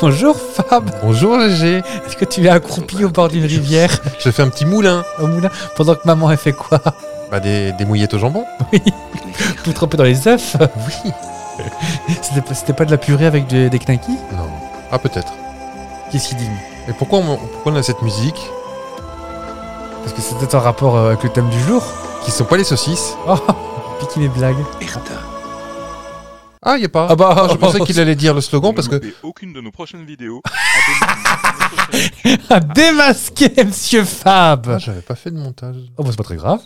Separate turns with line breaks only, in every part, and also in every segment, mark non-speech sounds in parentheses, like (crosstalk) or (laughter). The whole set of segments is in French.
Bonjour Fab.
Bonjour Gégé,
Est-ce que tu es accroupi au bord d'une rivière
je fais un petit moulin.
au moulin pendant que maman elle fait quoi
Bah des, des mouillettes au jambon.
Tout trempé dans les œufs Oui. (laughs) C'était pas, c'était pas de la purée avec des, des knackis
Non. Ah peut-être.
Qu'est-ce qu'il dit
Et pourquoi on, pourquoi on a cette musique
Parce que c'est peut-être en rapport euh, avec le thème du jour.
qui sont pas les saucisses
Oh, (laughs) piquer mes blagues.
Erta.
Ah y a pas.
Ah bah,
je pensais qu'il allait dire le slogan
(laughs)
parce que
loupez aucune de nos prochaines vidéos. Abonnez-vous à notre chaîne.
Ah, démasqué, monsieur Fab
Ah, j'avais pas fait de montage.
Oh, bah, c'est pas très grave.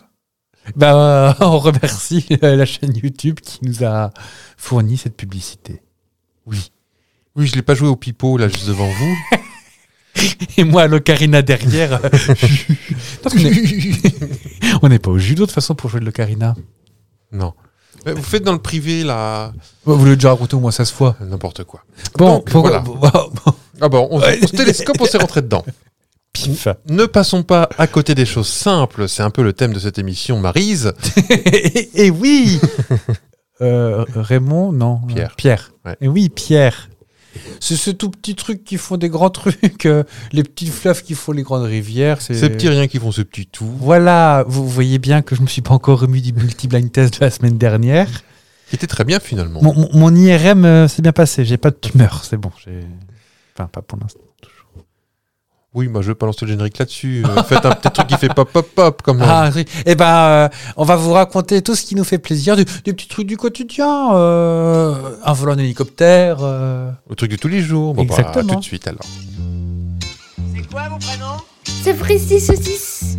Ben, euh, on remercie euh, la chaîne YouTube qui nous a fourni cette publicité.
Oui. Oui, je l'ai pas joué au pipeau là juste devant vous.
(laughs) Et moi, à l'ocarina derrière. (laughs) euh, parce qu'on est- on n'est pas au judo de toute façon pour jouer de l'ocarina.
non. Mais vous faites dans le privé là
Bah, Vous l'avez déjà raconté au moins 16 fois.
n'importe quoi.
Bon,
Donc,
pour-
voilà. Ah bah on, on se télescope, on s'est rentré dedans.
(laughs) Pif.
Ne passons pas à côté des choses simples, c'est un peu le thème de cette émission Marise.
et, Eh,
(laughs)
oui Euh, Raymond, non. Euh,
Pierre.
Pierre.
Ouais.
Et oui, Pierre. C'est ce tout petit truc qui font des grands (laughs) trucs, euh, les petits fleuves qui font les grandes rivières. c'est-
Ces petits riens qui font ce petit tout,
(laughs) Voilà, vous voyez bien que je ne me suis pas encore remis du multi-blind test de la semaine dernière.
qui était très bien finalement.
Mon, mon- mon IRM euh, s'est bien passé, j'ai pas de tumeur, c'est bon. j'ai- Enfin, pas pour l'instant.
Oui, moi je vais pas lancer le générique là-dessus. Euh, faites un petit truc qui fait pop pop pop comme euh,
Ah, oui. Eh ben, euh, on va vous raconter tout ce qui nous fait plaisir, du- des petits trucs du quotidien, euh, un volant en hélicoptère. euh,
le truc de tous les jours. Bon, bah, à
Exactement.
tout de suite alors.
C'est quoi vos prénoms
C'est Fristy Saucisse.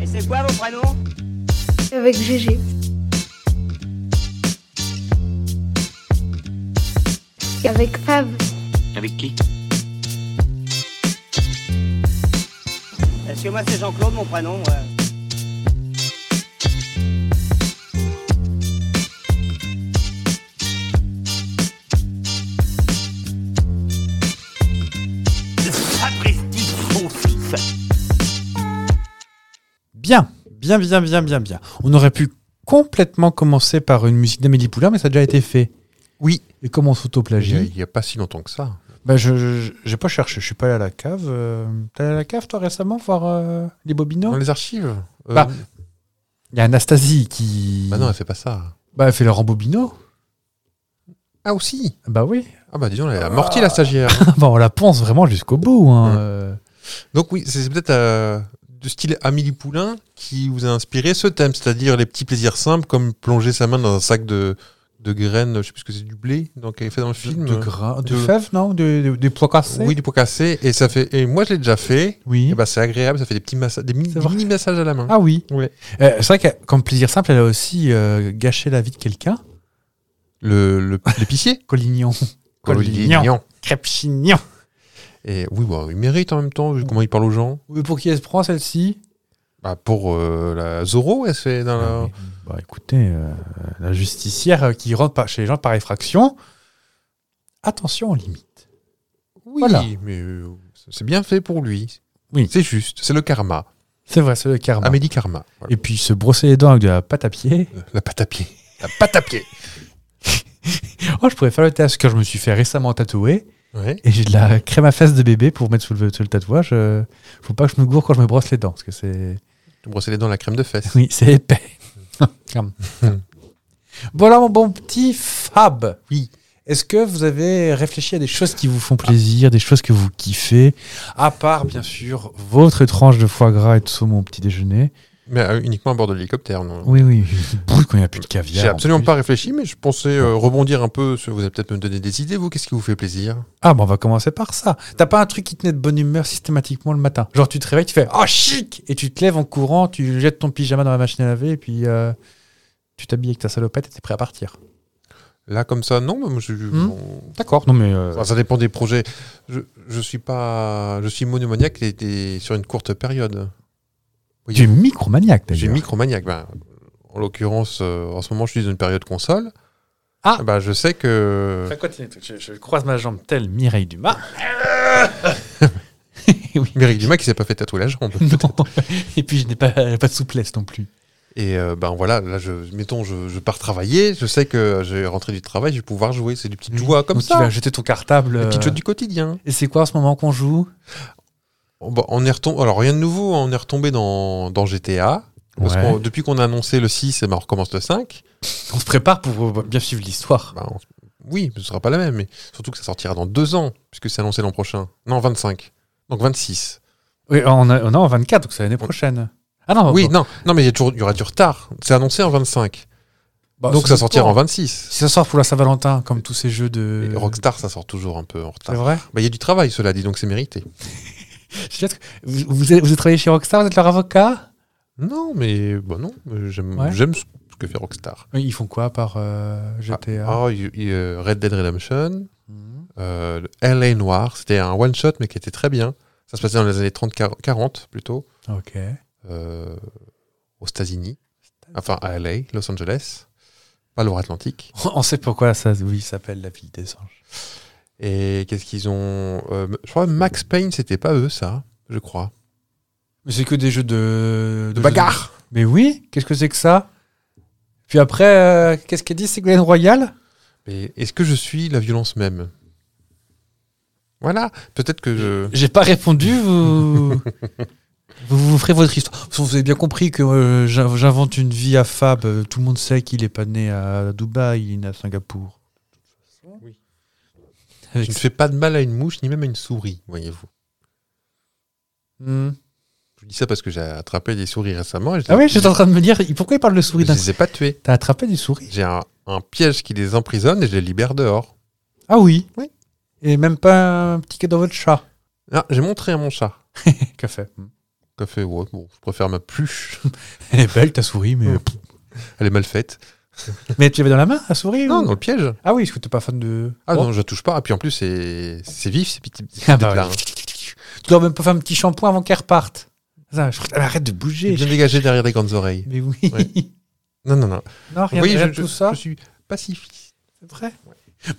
Et c'est quoi vos prénoms
Avec GG. Avec Fab.
Avec qui
Parce que moi c'est Jean-Claude mon prénom. ouais.
Sapristi, son fils
Bien, bien, bien, bien, bien, bien. On aurait pu complètement commencer par une musique d'Amélie Poulain, mais ça a déjà été fait.
Oui.
Et comment on
Il y a-
s'autoplagie
il y a pas si longtemps que ça.
Bah, je- je j'ai pas cherché, je suis pas allé à la cave. euh, T'es allé à la cave toi récemment voir euh, les
Dans
bobinos
les archives Euh,
Bah- Il y a Anastasie qui.
bah non, elle fait pas ça.
Bah, elle fait le rembobino.
Ah aussi
Bah oui. (laughs)
Ah bah disons, elle a morti la stagiaire.
bah, on la pense vraiment jusqu'au bout. hein,
Mm.
euh.
Donc oui, c'est c'est peut-être euh, du style Amélie Poulain qui vous a inspiré ce thème, c'est-à-dire les petits plaisirs simples comme plonger sa main dans un sac de, de graines, je sais plus ce que c'est, du blé, donc elle fait dans le film.
De, gra- euh, de
de-
fèves, non de, de- Des pois cassés
oui, du pot cassé. Et ça fait. Et moi, je l'ai déjà fait.
Oui.
Et bah, c'est agréable, ça fait des petits massages, des
C'est vrai.
mini massages à la main.
Ah oui.
Ouais.
Euh, c'est vrai que, comme plaisir simple, elle a aussi euh, gâché la vie de quelqu'un.
Le le-
(laughs)
l'épicier.
Collignon.
Collignon.
Crépchignon.
Et oui, bon, il mérite en même temps,
Mm.
vu comment il parle aux gens.
Mais pour qui elle se prend celle-ci
Bah, pour euh, la Zoro, elle se fait dans la-
Bah écoutez, euh, la justicière euh, qui rentre par- chez les gens par effraction, attention aux limites.
Oui,
Voilà.
mais euh, c'est bien fait pour lui.
Oui.
C'est juste, c'est le karma.
C'est vrai, c'est le karma.
Amélie Karma. Voilà.
Et puis se brosser les dents avec de la pâte à pied.
La pâte à pied. La pâte à pied.
Oh, je pourrais faire le test que je me suis fait récemment tatouer.
(laughs) Ouais.
Et j'ai de la crème à fesses de bébé pour mettre sous le, sous le tatouage. euh, faut pas que je me gourre quand je me brosse les dents. Parce que c'est.
Te brosser les dents la crème de fesses.
Oui, c'est
(laughs)
épais. Hum. voilà mon bon petit Fab. Oui. Est-ce que vous avez réfléchi à des choses qui vous font plaisir, des choses que vous kiffez, à part bien sûr votre tranche de foie gras et de saumon au petit déjeuner
Mais euh, uniquement à bord de l'hélicoptère. non.
Oui, oui, brûle quand il n'y a plus de caviar.
J'ai
en
absolument
plus.
pas réfléchi, mais je pensais euh, rebondir un peu. Sur... Vous allez peut-être me donner des idées, vous. Qu'est-ce qui vous fait plaisir
Ah, bah on va commencer par ça. T'as pas un truc qui te met de bonne humeur systématiquement le matin Genre tu te réveilles, tu fais Oh chic Et tu te lèves en courant, tu jettes ton pyjama dans la machine à laver et puis euh, tu t'habilles avec ta salopette et t'es prêt à partir.
Là, comme ça, non. mais moi, je-
Hmm.
bon,
D'accord, non mais. euh,
Enfin, ça dépend des projets. Je, je suis pas, je suis monomaniaque et, et sur une courte période.
tu es micromaniaque
J'ai
d'ailleurs.
micromaniaque. Ben, en l'occurrence, euh, en ce moment, je suis dans une période console.
Ah.
Ben, je sais que
Enfin, continue, je, je croise ma jambe telle Mireille (laughs) Dumas. oui.
Méric Dumas qui s'est pas fait tatouer la jambe.
Non. Et puis je n'ai pas, pas de souplesse non plus.
Et euh, ben voilà, là, je, mettons, je, je pars travailler, je sais que j'ai rentré du travail, je vais pouvoir jouer. C'est des petites joies comme
Ou
ça.
Tu vas jeter ton cartable.
Des
euh,
petites joies du quotidien.
Et c'est quoi en ce moment qu'on joue
On- bah, on est retom- Alors rien de nouveau, on est retombé dans, dans GTA. Parce
Ouais.
qu'on- depuis qu'on a annoncé le 6, eh ben, on recommence le 5.
On se prépare pour euh, bien suivre l'histoire.
Bah, on- Oui, ce sera pas la même, mais surtout que ça sortira dans deux ans, puisque c'est annoncé l'an prochain. Non, 25. Donc 26.
Oui, on, a, on est en 24, donc c'est l'année prochaine. Ah non,
oui,
bon,
non, non mais il y, a toujours- il y aura du retard. C'est annoncé en 25.
bah,
donc
c'est
ça sortira
bon.
en 26.
Si ça sort pour la Saint-Valentin, comme tous ces jeux de.
Et Rockstar, ça sort toujours un peu en
C'est
retard. Bah,
vrai
Il y a du travail, cela dit, donc c'est mérité.
Je sais pas ce que- vous, vous, êtes- vous êtes travaillé chez Rockstar, vous êtes leur avocat
Non, mais bah non, mais j'aime
Ouais.
j'aime ce ce que fait Rockstar.
Oui, Ils font quoi par euh, GTA
Ah, il- il- euh, Red Dead Redemption,
Mhm.
euh, le LA Noir, c'était un one-shot, mais qui était très bien. Ça se passait dans les années 30-40 plutôt.
Ok.
euh, aux États-Unis, enfin à LA, Los Angeles, pas l'Atlantique.
(laughs) On sait pourquoi ça oui, ça s'appelle la ville des anges.
Et qu'est-ce qu'ils ont euh, Je crois Max Payne, c'était pas eux, ça, je crois.
Mais c'est que des jeux de.
De bagarre
Mais oui, qu'est-ce que c'est que ça Puis après, euh, qu'est-ce qu'elle dit Ségolène Royal
Mais est-ce que je suis la violence même Voilà, peut-être que je.
J'ai pas répondu, (laughs) vous. Vous vous ferez votre histoire. De toute façon, Vous avez bien compris que euh, j'in- j'invente une vie à Fab. Euh, Tout le monde sait qu'il est pas né à Dubaï, il est né à Singapour.
Oui.
Avec
Je ne fais pas de mal à une mouche ni même à une souris, voyez-vous.
Hmm.
Je dis ça parce que j'ai attrapé des souris récemment. Et je les-
Ah oui, j'étais en train de me dire, pourquoi il parle de souris
Je
d'un
les ai pas tués.
T'as attrapé des souris
J'ai un, un piège qui les emprisonne et je les libère dehors.
Ah oui.
Oui.
Et même pas un petit cadeau dans votre chat.
Ah, j'ai montré à mon chat.
Café.
Qu'a fait ouais, bon, je préfère ma pluche. (laughs)
Elle est belle ta souris, mais.
Hmm. Elle est mal faite.
mais tu avais dans la main la souris
Non,
ou-
dans le piège.
Ah oui, parce que t'es pas fan de.
Ah
Oh.
non, je la touche pas. Et puis en plus, c'est c'est vif, c'est petit.
Ah bah ouais. Tu dois même pas faire un petit shampoing avant qu'elle reparte. Eh Ça, je- elle Arrête de bouger.
bien dégagé derrière les grandes oreilles.
Mais oui.
Ouais. Non, non, non.
(laughs) Non, rien,
je,
rien de
je-
tout ça.
je suis pacifiste.
C'est vrai.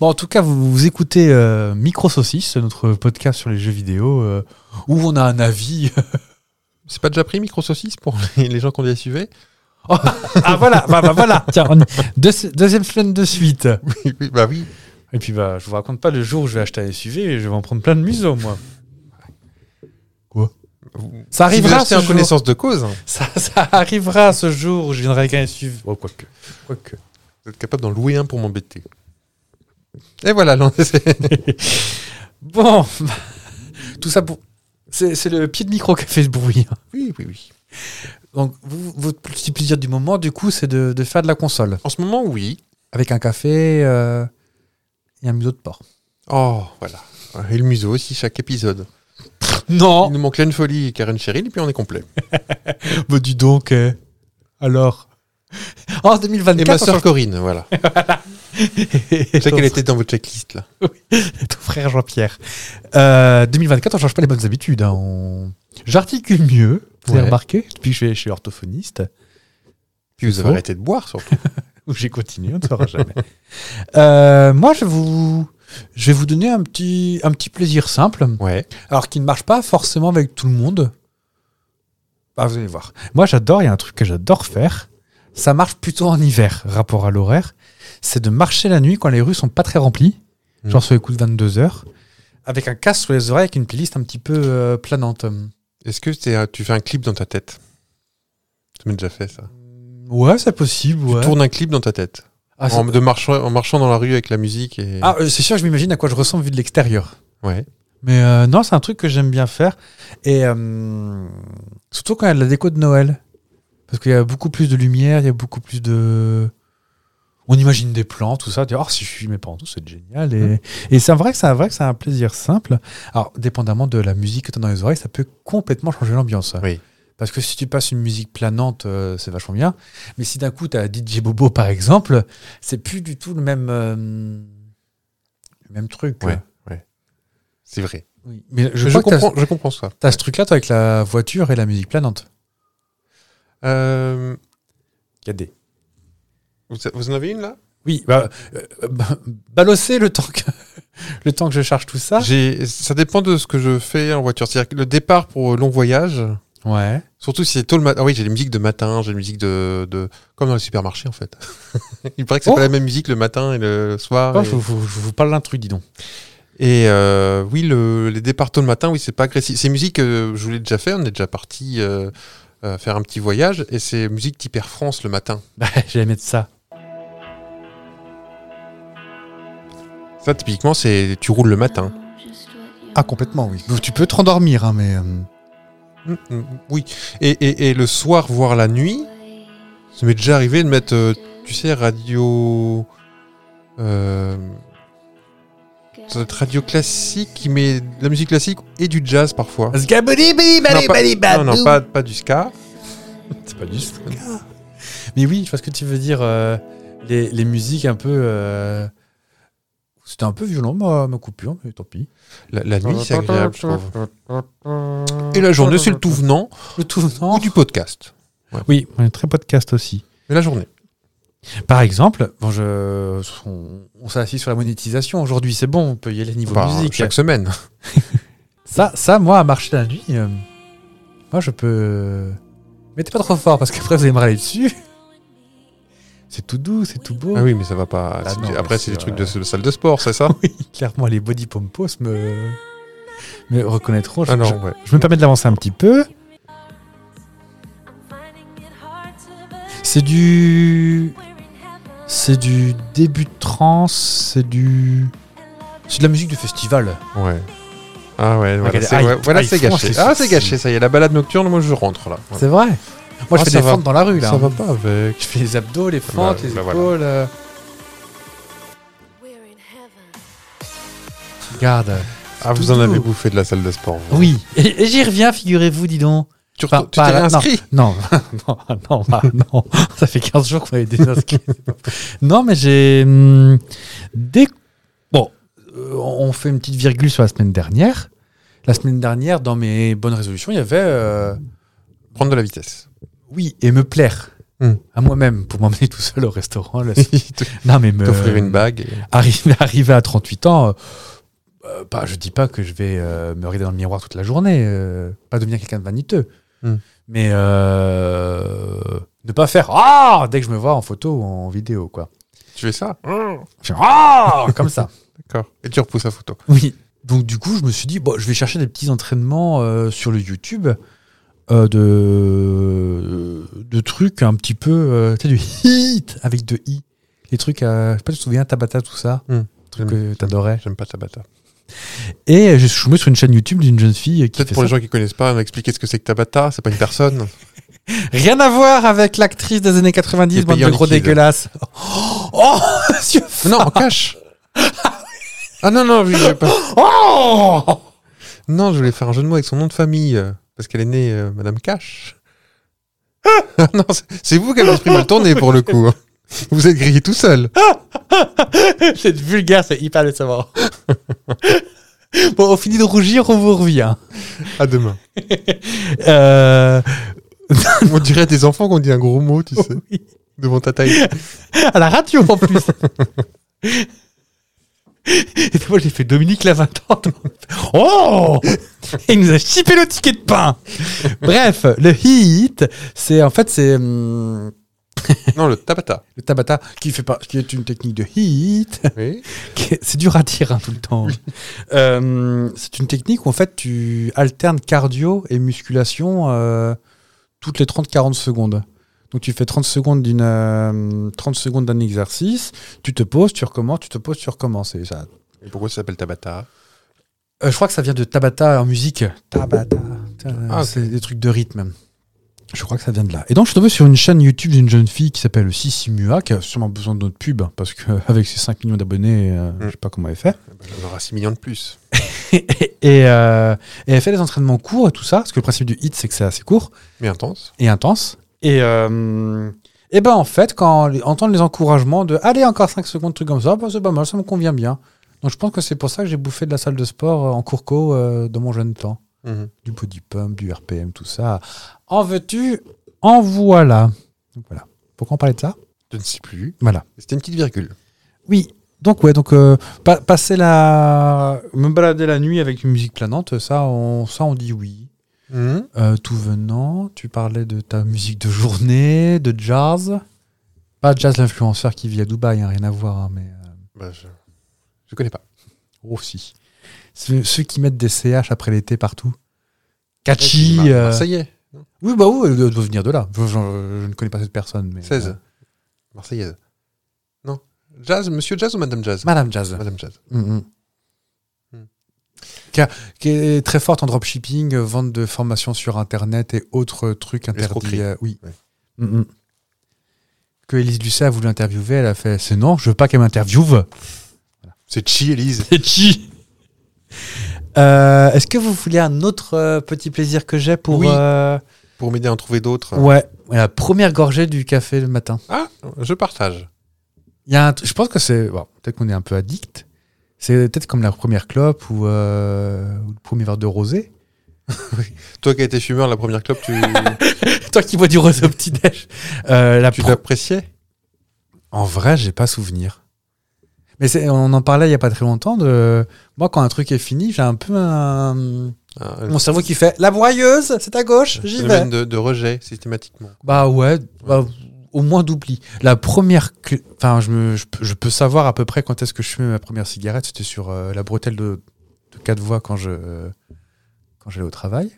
Bon, en tout cas, vous, vous écoutez euh, Micro Saucisse, notre podcast sur les jeux vidéo, euh, où on a un avis.
C'est pas déjà pris micro saucisse pour (laughs) les les gens qu'on les suivait
(laughs) ah voilà, bah, bah, voilà. (laughs) Tiens, on- deux- deuxième semaine de suite.
Oui, oui, bah oui.
Et puis bah, je vous raconte pas le jour où je vais acheter un SUV et je vais en prendre plein de museaux, moi. Quoi Ça arrivera
c'est
ce
en
jour.
connaissance de cause. hein.
Ça, ça arrivera ce jour où je viendrai avec un SUV. Oh, quoique. Quoique.
Vous êtes capable d'en louer un pour m'embêter. Et voilà, (laughs) l'on c'est-
Bon, (laughs) tout ça pour. C'est c'est le pied de micro qui a fait ce bruit. hein.
Oui, oui, oui.
Donc, vous- votre petit plaisir du moment, du coup, c'est de, de faire de la console.
En ce moment, oui.
Avec un café euh, et un museau de porc.
Oh, voilà. Et le museau aussi, chaque épisode.
(laughs)
Il
Non
nous manque une folie et Karen Cheryl, et puis on est complet.
Bah, dis donc, eh. alors. (laughs) En 2024,
Et ma
on
sœur Corinne, voilà.
change-
Je sais qu'elle était dans votre checklist, là.
(laughs) ton frère Jean-Pierre. Euh, 2024, on change pas les bonnes habitudes. hein. On- J'articule mieux, vous avez
Ouais.
remarqué, depuis que je suis chez l'orthophoniste,
Puis vous avez
Faux.
arrêté de boire, surtout.
où j'ai continué, on ne saura jamais. (laughs) Euh, moi, je, vous... je vais vous donner un petit, un petit plaisir simple,
Ouais.
alors qui ne marche pas forcément avec tout le monde. Ah, vous allez voir. Moi, j'adore, il y a un truc que j'adore faire. Ça marche plutôt en hiver, rapport à l'horaire. C'est de marcher la nuit quand les rues sont pas très remplies,
Mhm.
genre sur les coups de 22 heures, avec un casque sur les oreilles, avec une playlist un petit peu euh, planante.
Est-ce que c'est un- tu fais un clip dans ta tête Tu m'as déjà fait ça.
Ouais, c'est possible. ouais.
Tourne un clip dans ta tête.
Ah, c'est-
en, de marchant, en marchant dans la rue avec la musique. Et...
Ah, euh, c'est sûr, je m'imagine à quoi je ressemble vu de l'extérieur.
Ouais.
Mais euh, non, c'est un truc que j'aime bien faire. Et euh, surtout quand il y a de la déco de Noël. Parce qu'il y a beaucoup plus de lumière, il y a beaucoup plus de. On imagine des plans, tout ça. Tu dis, oh, si je suis mes parents, tout, c'est génial. Et, et c'est vrai que c'est vrai que c'est un plaisir simple. Alors, dépendamment de la musique que tu as dans les oreilles, ça peut complètement changer l'ambiance.
Oui.
Parce que si tu passes une musique planante, euh, c'est vachement bien. Mais si d'un coup, tu as DJ Bobo, par exemple, c'est plus du tout le même, euh, le même truc. euh.
Ouais. C'est vrai.
Oui. Mais je,
Je,
crois que t'as-
comprends, je comprends ça.
T'as ce truc-là, toi, avec la voiture et la musique planante.
Euh,
Il y a des.
vous, vous en avez une là
Oui, bah, euh, bah, balosser le temps, que, (laughs) le temps que je charge tout ça.
J'ai- Ça dépend de ce que je fais en voiture. C'est-à-dire que le départ pour euh, long voyage,
Ouais.
Surtout si c'est tôt le matin. Ah oui, j'ai les musiques de matin, j'ai les musiques de, de- Comme dans les supermarchés, en fait. (laughs) Il paraît que c'est
Oh.
pas la même musique le matin et le soir.
Oh,
et-
je, vous- je vous parle d'un truc, dis donc. (laughs)
Et euh, oui, le, les départs tôt le matin, oui, c'est pas agressif. C'est musique, euh, je vous l'ai déjà fait, on est déjà parti euh, euh, faire un petit voyage, et c'est musique type Air France le matin.
Bah, j'allais mettre ça.
Ça, typiquement, c'est tu roules le matin.
Ah, complètement, oui. Tu peux te rendormir, hein, mais. euh,
Mm, mm, oui. Et, et, et le soir, voire la nuit, ça m'est déjà arrivé de mettre, euh, tu sais, radio. euh, ça doit être radio classique qui met de la musique classique et du jazz parfois. Non, pas- non, non, pas, pas du ska.
C'est pas du Mais oui, je vois ce que tu veux dire. euh, les, les musiques un peu. euh, C'était un peu violent, ma, ma coupure, mais tant pis.
La, la nuit, c'est agréable, je trouve. Et la journée, c'est le tout venant
Le tout
ou du podcast.
Oui, on est très podcast aussi.
Mais la journée.
Par exemple, bon, je, on, on s'est assis sur la monétisation. Aujourd'hui, c'est bon, on peut y aller niveau
Bah,
musique. hein.
chaque semaine.
Ça, ça, moi, à marcher la nuit, euh, moi, je peux. Mettez pas trop fort parce qu'après, vous allez me râler dessus. C'est tout doux, c'est tout beau.
Ah oui, mais ça va pas.
Ah
c'est
non,
du-
mais
Après, c'est
c'est
des trucs de,
vrai.
de salle de sport, c'est ça
(laughs) Oui, clairement, les body pompos me, me reconnaîtront. Je,
Ah
je-
non, ouais.
je me permets de l'avancer un petit peu. C'est du. C'est du début de trance, c'est du. C'est de la musique du festival.
Ouais. Ah ouais, voilà,
Regardez,
c'est
ah,
ouais,
ils-
voilà,
ah,
c'est
ils font
gâché.
ces
Ah, c'est
sourcils.
gâché, ça y est, la balade nocturne, moi je rentre là. Voilà.
C'est vrai. Moi,
Ah,
je fais
ça
des
va.
fentes dans la rue, là.
Ça
hein.
va pas avec.
Je fais les abdos, les fentes,
Bah,
les
bah voilà.
épaules. euh. Regarde.
Ah, vous
tout
en avez
doux.
bouffé de la salle de sport. vous.
Oui. Et, et j'y reviens, figurez-vous, dis donc.
Tu
Pas-
retournes- tu t'es
pas là,
réinscrit
Non, (laughs) non, non, bah, non. (laughs) Ça fait 15 jours qu'on est désinscrit. non, mais j'ai. hum, dès... Bon, euh, on fait une petite virgule sur la semaine dernière. La semaine dernière, dans mes bonnes résolutions, il y avait. euh,
Prendre de la vitesse.
oui, et me plaire.
Hmm.
À moi-même, pour m'emmener tout seul au restaurant.
(laughs)
le- non, mais me.
T'offrir une bague. et-
arriver, (laughs) arriver à 38 ans, euh, euh, bah, je dis pas que je vais euh, me regarder dans le miroir toute la journée, euh, pas devenir quelqu'un de vaniteux.
Hmm.
Mais euh, ne pas faire Ah dès que je me vois en photo ou en vidéo, quoi.
Tu fais ça
Je fais, Ah Comme ça.
D'accord. Et tu repousses la photo.
Oui. Donc, du coup, je me suis dit, bon, je vais chercher des petits entraînements euh, sur le YouTube euh, de, de trucs un petit peu. euh, tu sais, du (laughs) hit avec de i. Les trucs, euh, je sais pas si tu te souviens, Tabata, tout ça,
Hmm.
trucs que t'adorais.
J'aime pas Tabata.
Et je suis tombé sur une chaîne YouTube d'une jeune fille qui
Peut-être
fait
pour les
ça.
gens qui connaissent pas, on va expliquer ce que c'est que Tabata. C'est pas
(laughs)
une personne.
Rien à voir avec l'actrice des années 90,
Qui est
bande
payée
de
en
gros
liquide.
dégueulasse. Oh, oh, monsieur
Mais non, en cash. ah non, non, je- je- pas-
Oh (laughs)
non, je voulais faire un jeu de mots avec son nom de famille. euh, Parce qu'elle est née euh, Madame Cash. Ah (laughs) non, c'est- c'est vous qui avez l'esprit mal tourné pour le coup. hein. Vous êtes grillé tout seul.
C'est vulgaire, c'est hyper le savoir. (laughs) bon, on finit de rougir, on vous revient.
À demain.
Euh,
On dirait à des enfants qu'on dit un gros mot, tu sais,
oui,
devant ta taille.
à la radio en plus. (laughs) Et moi j'ai fait Dominique la 20 ans. (laughs) Oh Et il nous a chipé le ticket de pain. Bref, le hit, c'est en fait c'est hum,
Non, le tabata.
Le tabata, qui, fait par- qui est une technique de hit,
Oui.
(laughs) qui est- c'est dur à dire hein, tout le temps. Euh, c'est une technique où en fait tu alternes cardio et musculation euh, toutes les 30-40 secondes. Donc tu fais 30 secondes d'une euh, 30 secondes d'un exercice, tu te poses, tu recommences, tu te poses, tu recommences. Et ça.
Et pourquoi ça s'appelle tabata
Euh, je crois que ça vient de tabata en musique. Tabata.
Ah, ok.
c'est des trucs de rythme. Je crois que ça vient de là. Et donc, je suis tombé sur une chaîne YouTube d'une jeune fille qui s'appelle Sissi Mua, qui a sûrement besoin de notre pub, hein, parce (laughs) qu'avec ses 5 millions d'abonnés, euh,
Mm.
je sais pas comment elle fait.
On aura 6 millions de plus.
Et, euh, et elle fait des entraînements courts et tout ça, parce que le principe du hit, c'est que c'est assez court
Mais intense.
et intense. Et, euh, et ben en fait, quand on entend les encouragements de allez, encore 5 secondes, truc comme ça, bah, c'est pas mal, ça me convient bien. Donc, je pense que c'est pour ça que j'ai bouffé de la salle de sport euh, en courco euh, dans mon jeune temps
Mhm.
du body pump, du RPM, tout ça. En veux-tu En voilà. Donc voilà. Pourquoi on parlait de ça
Je ne sais plus.
Voilà.
C'était une petite virgule.
Oui. Donc ouais, donc euh, pa- passer la, me balader la nuit avec une musique planante, ça, on, ça on dit oui.
Mhm.
Euh, tout venant, tu parlais de ta musique de journée, de jazz. Pas jazz l'influenceur qui vit à Dubaï, hein, rien à voir, hein, mais. euh,
Bah, je... je connais pas.
oh si. Ceux, ceux qui mettent des CH après l'été partout. Catchy.
Mar-
euh,
Marseillais.
Oui, bah oui, elle doit doit venir de là. Je, je- je ne connais pas cette personne. Mais,
16.
euh,
Ah. Marseillaise. Non. Jazz, monsieur Jazz ou madame Jazz
Madame Jazz.
Madame Jazz.
Mm, mm.
Mm.
Qui, a- qui est très forte en dropshipping, euh, vente de formations sur Internet et autres trucs interdits.
L'escroquerie.
euh, oui.
Ouais.
Mm, mm. Que Elise Lucet a voulu interviewer, elle a fait C'est non, je veux pas qu'elle m'interviewe.
(laughs) C'est Chi, Elise.
C'est chi Euh, Est-ce que vous voulez un autre euh, petit plaisir que j'ai pour.
Oui.
euh,
Pour m'aider à en trouver d'autres.
ouais, la première gorgée du café le matin.
Ah, je partage.
Il y a un tr- je pense que c'est. bon, peut-être qu'on est un peu addict. C'est peut-être comme la première clope ou, euh, ou le premier verre de rosé.
Toi qui as été fumeur la première clope, tu,
(laughs) Toi qui bois du rosé au petit-déj. (laughs) Euh, la
tu
pro-
l'appréciais
En vrai, j'ai pas souvenir. Mais c'est- on en parlait il y a pas très longtemps. De... Moi, quand un truc est fini, j'ai un peu un.
Ah,
Mon cerveau qui fait La broyeuse, c'est à gauche, j'y vais.
Phénomène de, de rejet systématiquement.
Bah ouais, bah, au moins d'oubli. La première. cl- Enfin, je, me- je, peux- je peux savoir à peu près quand est-ce que je fumais ma première cigarette. C'était sur euh, la bretelle de, de quatre voies quand je quand j'allais au travail.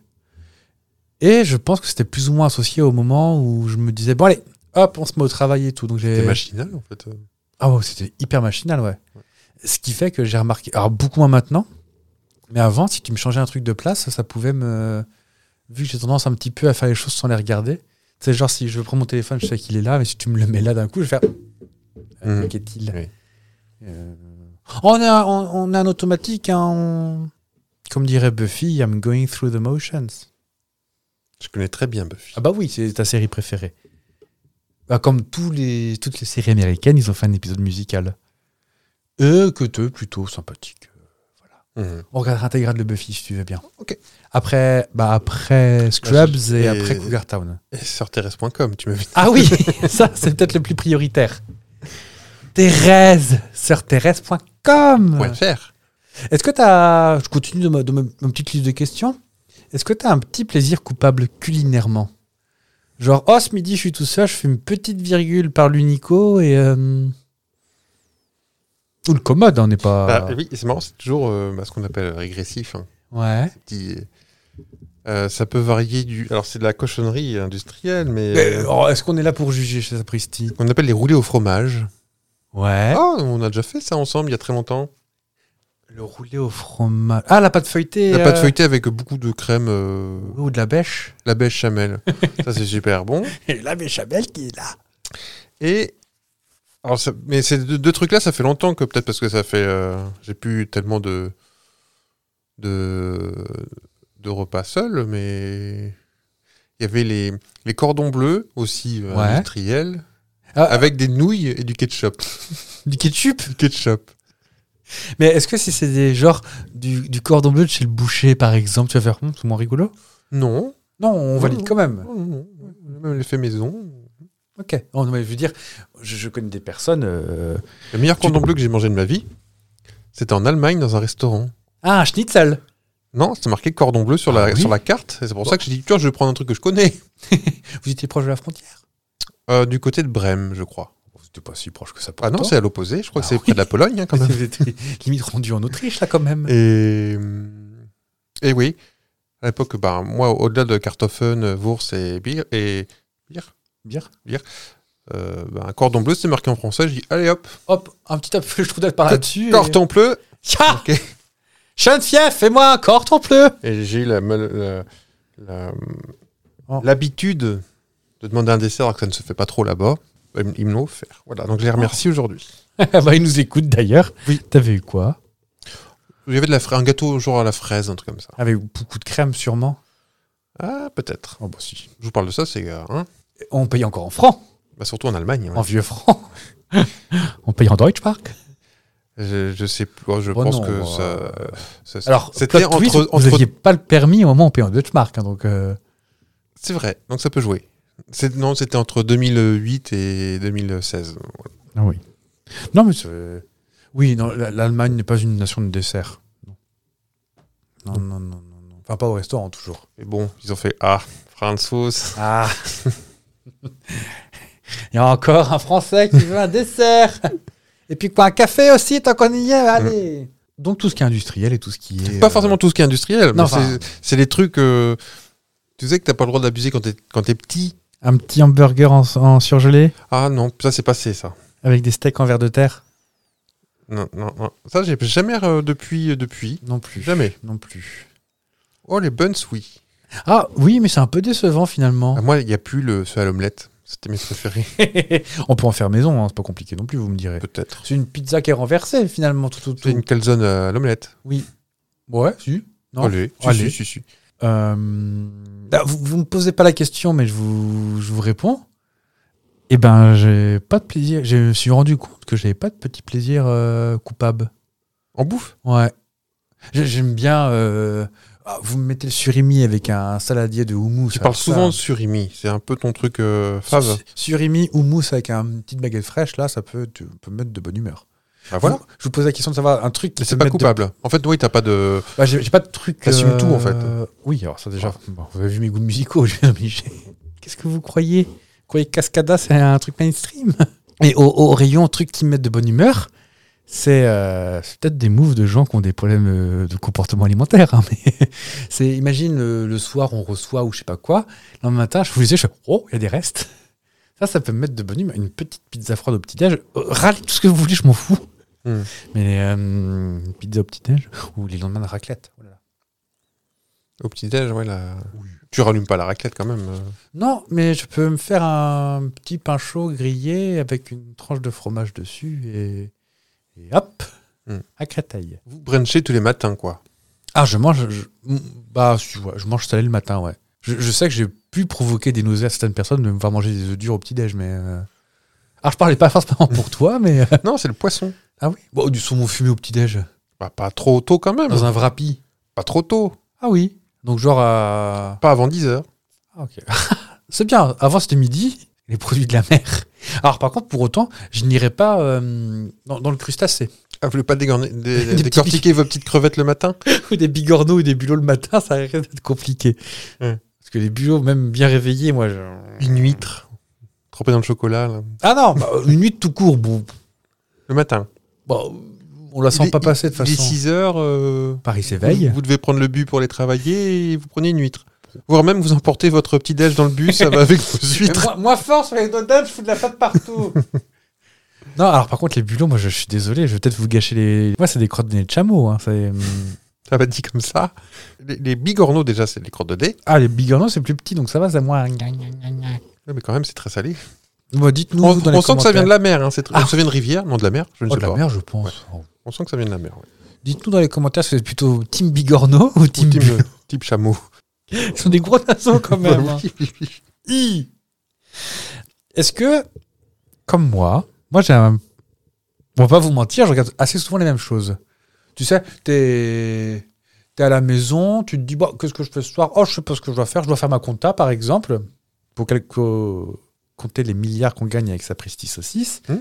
Et je pense que c'était plus ou moins associé au moment où je me disais Bon, allez, hop, on se met au travail et tout. Donc
T'es
j'ai.
machinal en fait.
Ah ouais, c'était hyper machinal, ouais. Ce qui fait que j'ai remarqué, alors beaucoup moins maintenant, mais avant, si tu me changeais un truc de place, ça pouvait me. Vu que j'ai tendance un petit peu à faire les choses sans les regarder, c'est genre si je prends mon téléphone, je sais qu'il est là, mais si tu me le mets là d'un coup, je vais faire. Euh,
Mm.
Qu'est-il
Oui.
Euh, on, a, on, on a un automatique, hein, on- comme dirait Buffy, I'm going through the motions.
Je connais très bien Buffy.
Ah bah oui, c'est ta série préférée. Bah, comme tous les, toutes les séries américaines, ils ont fait un épisode musical. Et que t'es plutôt sympathique.
Mhm.
On regardera Intégrale de Buffy si tu veux bien.
Ok.
Après, bah après Scrubs Bah, et,
Et-
après Cougar Town.
Et sur terres.com, tu m'as vu.
Ah oui, (laughs) ça c'est peut-être le plus prioritaire. Thérèse sur thérèse.com.
Point fr.
Est-ce que t'as. Je continue de ma, de ma- ma petite liste de questions. Est-ce que t'as un petit plaisir coupable culinairement Genre, oh, ce midi, je suis tout seul, je fais une petite virgule par l'unico et. euh, Ou le commode, hein, on n'est pas.
Ah, oui, c'est marrant, c'est toujours euh, bah, ce qu'on appelle régressif. hein.
ouais.
Petit- euh, ça peut varier du. Alors, c'est de la cochonnerie industrielle, mais.
Mais,
euh,
oh, Est-ce qu'on est là pour juger chez Sapristi
On appelle les roulés au fromage.
Ouais.
Ah, on a déjà fait ça ensemble il y a très longtemps.
le roulé au fromage. Ah, la pâte feuilletée.
La
euh,
pâte feuilletée avec beaucoup de crème, euh,
Ou de la bêche.
la béchamel. ça, c'est super bon.
(laughs) Et la béchamel qui est là.
Et. Alors, ça- mais ces deux, deux trucs-là, ça fait longtemps que peut-être parce que ça fait. euh, J'ai plus tellement de. de. de repas seuls, mais. Il y avait les, les cordons bleus aussi euh,
Ouais.
industriels
Ah.
avec des nouilles et du ketchup.
Du ketchup.
Du ketchup.
Mais est-ce que si c'est des genres du, du cordon bleu de chez le boucher, par exemple, tu vas faire, Hum, c'est moins rigolo
Non.
Non, on
Non,
valide
non.
quand même.
non, non, non. Même l'effet maison.
Ok. Oh, non, mais je veux dire, je, je connais des personnes. euh,
Le meilleur cordon bleu que j'ai mangé de ma vie, c'était en Allemagne dans un restaurant.
Ah, un schnitzel
Non, c'était marqué cordon bleu sur,
Ah
la,
oui
sur la carte. et C'est pour ça que j'ai dit, tiens, je vais prendre un truc que je connais. (laughs)
Vous étiez proche de la frontière
Euh, du côté de Brême, je crois.
Oh, C'était pas si proche que ça.
Ah non, c'est à l'opposé. Je
Ah
crois que c'est
oui.
près de la Pologne, hein, quand même.
Vous (laughs) étiez limite rendu en Autriche, là, quand même.
Et, euh, et oui, à l'époque, bah, moi, au-delà de Kartoffeln, Wurst et Bier, et Bier,
Bien.
euh, bah, un cordon bleu, c'est marqué en français. Je dis, allez hop,
Hop, un petit peu, je trouve d'être par là-dessus.
cordon bleu.
Tiens
Ok.
Jeune fief, fais-moi un cordon bleu (laughs)
Et j'ai la mal- la- la-
Oh.
l'habitude de demander un dessert alors que ça ne se fait pas trop là-bas. Ils me- Ils me l'ont offert. Voilà, donc je les
Oh.
remercie aujourd'hui.
bah, il nous écoute d'ailleurs. Oui. T'avais eu quoi
Il y avait de la fra- un gâteau genre à la fraise, un truc comme ça.
Avec beaucoup de crème, sûrement.
Ah, peut-être.
Oh, bah si.
Je vous parle de ça, c'est euh, hein
On paye encore en francs,
Bah, surtout en Allemagne. ouais.
en vieux francs. (laughs) On paye en Deutschmark.
Je, je sais plus. oh, je
Oh
pense
non,
que
euh,
ça, euh, ça-
Alors,
c'était
plot twist,
entre.
vous
entre-
n'aviez pas le permis au moment où on paye en Deutschmark. hein, donc, euh,
C'est vrai. Donc ça peut jouer. C'est- Non, c'était entre 2008 et 2016.
Ah oui. Non, mais
euh,
c'est- Oui, non, la- l'Allemagne n'est pas une nation de dessert. Non, non, non, non. non, non. Enfin, pas au restaurant, toujours.
Mais bon, ils ont fait Ah, Franzos.
Ah (laughs) Il y a encore un Français qui veut un dessert Et puis quoi, un café aussi, tant qu'on y est, allez (laughs) Donc tout ce qui est industriel et tout ce qui est...
Pas
euh,
forcément tout ce qui est industriel, mais
Non, enfin-
c'est- c'est les trucs. euh, tu sais que t'as pas le droit d'abuser quand t'es quand t'es petit.
euh, Un petit hamburger en, en surgelé,
Ah non, ça c'est passé ça.
avec des steaks en verre de terre
Non, non, non. Ça j'ai jamais euh, depuis euh, depuis.
Non plus.
Jamais.
Non plus.
Oh les buns oui.
Ah oui, mais c'est un peu décevant finalement.
(laughs) Ah, moi il y a plus le ce à l'omelette. C'était mes préférés
On peut en faire maison, hein, c'est pas compliqué non plus, vous me direz.
(laughs) peut-être.
C'est une pizza qui est renversée finalement, tout, tout, tout.
C'est une calzone à l'omelette.
Ouais, si. Non.
Allez, si,
Allez.
si, si, si.
Euh, là, vous, vous me posez pas la question, mais je vous, je vous réponds. Eh ben, j'ai pas de plaisir. Je me suis rendu compte que j'avais pas de petit plaisir euh, coupable.
En bouffe
Ouais. J'ai- J'aime bien. euh, ah, vous me mettez le surimi avec un saladier de houmous.
Tu
ça,
parles
ça.
souvent de surimi. C'est un peu ton truc euh, fave.
Su- Surimi, houmous avec un petite baguette fraîche, là, ça peut, tu, peut me mettre de bonne humeur.
Ah voilà.
Vous- je vous pose la question de savoir un truc qui
Mais c'est
peut
pas
me mettre de-
coupable. En fait, oui, t'as pas de.
Bah, j'ai j'ai pas de truc. euh,
T'assumes tout, en fait.
Oui, alors ça déjà. bon, vous avez vu mes goûts musicaux, (laughs) je suis obligé. Qu'est-ce que vous croyez Vous croyez que Cascada, c'est un truc mainstream (laughs) Et au, au rayon, truc qui me met de bonne humeur, c'est euh, c'est peut-être des moves de gens qui ont des problèmes euh, de comportement alimentaire. hein, (laughs) mais c'est, imagine le, le soir, on reçoit ou je sais pas quoi. Le lendemain matin, je vous disais, je fais, oh, il y a des restes. Ça, ça peut me mettre de bonne humeur. Une petite pizza froide au petit-déj. euh, Râlez tout ce que vous voulez, je m'en fous.
Hmm.
Mais euh, une pizza au petit-déj ou les lendemains de raclette. oh là là.
Au petit-déj, ouais, la- Tu rallumes pas la raclette quand même. euh.
Non, mais je peux me faire un petit pain chaud grillé avec une tranche de fromage dessus et, et hop,
Hmm.
à Créteil.
Vous brunchez tous les matins, (laughs) quoi.
Ah, je mange, je, mm, bah, si, ouais, je mange salé le matin, ouais. Je, je sais que j'ai pu provoquer des nausées à certaines personnes de me faire manger des œufs durs au petit-déj, mais. euh, Ah, je parlais pas forcément pour toi, mais. (laughs) euh,
Non, c'est le poisson.
Ah oui Bon, du saumon fumé au petit-déj,
Bah, pas trop tôt quand même.
dans un vrapi.
Pas trop tôt.
Ah oui Donc, genre à.
Pas avant 10 heures.
Ah, ok. (laughs) c'est bien. Avant, c'était midi. Les produits de la mer. Alors, par contre, pour autant, je n'irai pas euh, dans, dans le crustacé. (laughs)
Ah, vous voulez pas (laughs) dégorner-
Des
dé-
petits
décortiquer vos petites crevettes le matin
Ou des bigorneaux ou des bulots le matin, (laughs) ça risque d'être compliqué.
Ouais.
Parce que les bulots, même bien réveillés, moi, je...
Une huître. Trempée dans le chocolat, là.
Ah non, bah, (laughs) une nuit tout court, bon,
Le matin.
bon, on la sent
Il est-
pas passer de
Il est
façon...
6 heures. euh,
Paris
vous,
s'éveille.
vous devez prendre le bus pour aller travailler et vous prenez une huître. Voire même vous emportez votre petit déj dans le bus, ça va avec (laughs) vos huîtres.
force, avec nos dames, je fous de la pâte
(laughs)
partout. non, alors par contre, les bulots, moi, je, je suis désolé, je vais peut-être vous gâcher les... Moi, c'est des crottes de nez de chameau. Hein, c'est, hum,
Ça va dit comme ça. Les, les bigorneaux, déjà, c'est les crottes de dés.
Ah, les bigorneaux, c'est plus petit, donc ça va, c'est moins...
Ouais, Mais quand même, c'est très salé.
Bah, dites-nous.
On,
vous, dans
on
les
sent que ça
commentaires.
vient de la mer. Hein, c'est tr-
Ah.
Ça vient de rivière, non de la mer, je ne
Oh,
sais
de la
pas.
mer, je pense. Oh.
On sent que ça vient de la mer. ouais.
Dites-nous dans les commentaires si vous êtes plutôt Team Bigorneau ou Team.
Ou type,
Bu-
euh, type chameau.
Ils sont des gros nassaux
(laughs)
quand même. hein.
Oui, oui, oui.
Hi. Est-ce que, comme moi, moi j'ai un. On va pas vous mentir, je regarde assez souvent les mêmes choses. Tu sais, t'es es à la maison, tu te dis, bon, qu'est-ce que je fais ce soir Oh, je sais pas ce que je dois faire. Je dois faire ma compta, par exemple, pour quelque- compter les milliards qu'on gagne avec sa Presti Saucisse.
Hum.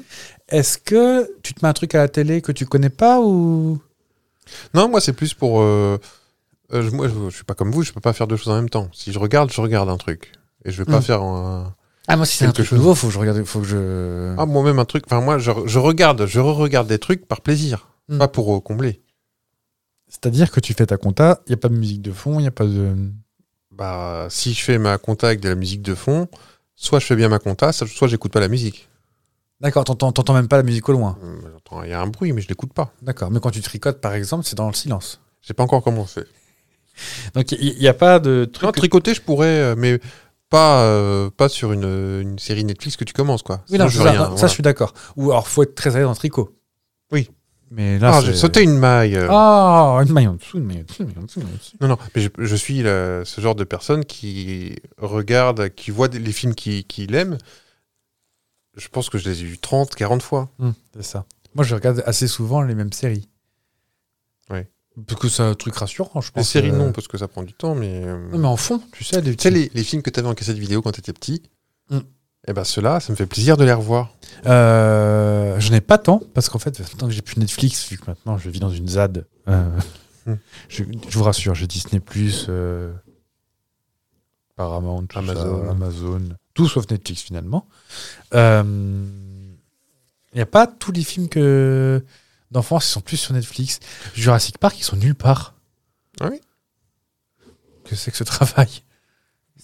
Est-ce que tu te mets un truc à la télé que tu connais pas ou.
Non, moi, c'est plus pour. euh, euh, je, moi, je, je suis pas comme vous, je peux pas faire deux choses en même temps. Si je regarde, je regarde un truc. Et je vais pas
Mm.
faire un.
Ah, moi, si
c'est un truc nouveau,
faut que je regarde, faut que je.
Ah, moi-même, un truc. Enfin, moi, je, je regarde, je re-regarde des trucs par plaisir,
Mm.
pas pour euh, combler.
C'est-à-dire que tu fais ta compta, il n'y a pas de musique de fond, il n'y a pas de.
Bah, si je fais ma compta avec de la musique de fond, soit je fais bien ma compta, soit j'écoute pas la musique.
D'accord, t'entends t'entends même pas la musique au loin.
Hum, j'entends- Il y a un bruit, mais je l'écoute pas.
D'accord, mais quand tu tricotes, par exemple, c'est dans le silence.
J'ai pas encore commencé.
Donc il n'y a pas de
Non, tricoter, je pourrais, euh, mais pas, euh, pas sur une, une série Netflix que tu commences, quoi.
Oui,
Sinon,
non, ça,
je veux
ça,
rien,
ça,
voilà.
je suis d'accord. Ou alors, faut être très à l'aise en tricot.
Oui.
Mais là,
Ah, j'ai
c'est-
sauté une maille. euh.
Ah, une maille en dessous, une maille en dessous, une maille en dessous. une maille en dessous.
Non, non, mais je, je suis euh, ce genre de personne qui regarde, qui voit des- les films qu'il qu'il aime. Je pense que je les ai vus 30, 40 fois.
Hum, c'est ça. Moi, je regarde assez souvent les mêmes séries.
Ouais.
Parce que c'est un truc rassurant, je pense.
Les séries,
euh.
non, parce que ça prend du temps, mais. euh,
Non, mais en fond, tu sais, des
Tu sais, les, les films que t'avais en cassette vidéo quand t'étais petit,
Mm.
eh ben ceux-là, ça me fait plaisir de les revoir.
Euh, je n'ai pas tant, parce qu'en fait, tant que j'ai plus Netflix, vu que maintenant je vis dans une ZAD, euh,
Hmm.
(laughs) Je, je vous rassure, j'ai Disney+, euh, Paramount, tout
Amazon.
ça, Amazon, tout sauf Netflix finalement. Euh, Il n'y a pas tous les films que d'enfance qui sont plus sur Netflix. Jurassic Park, ils sont nulle part.
Ah oui.
Que c'est que ce travail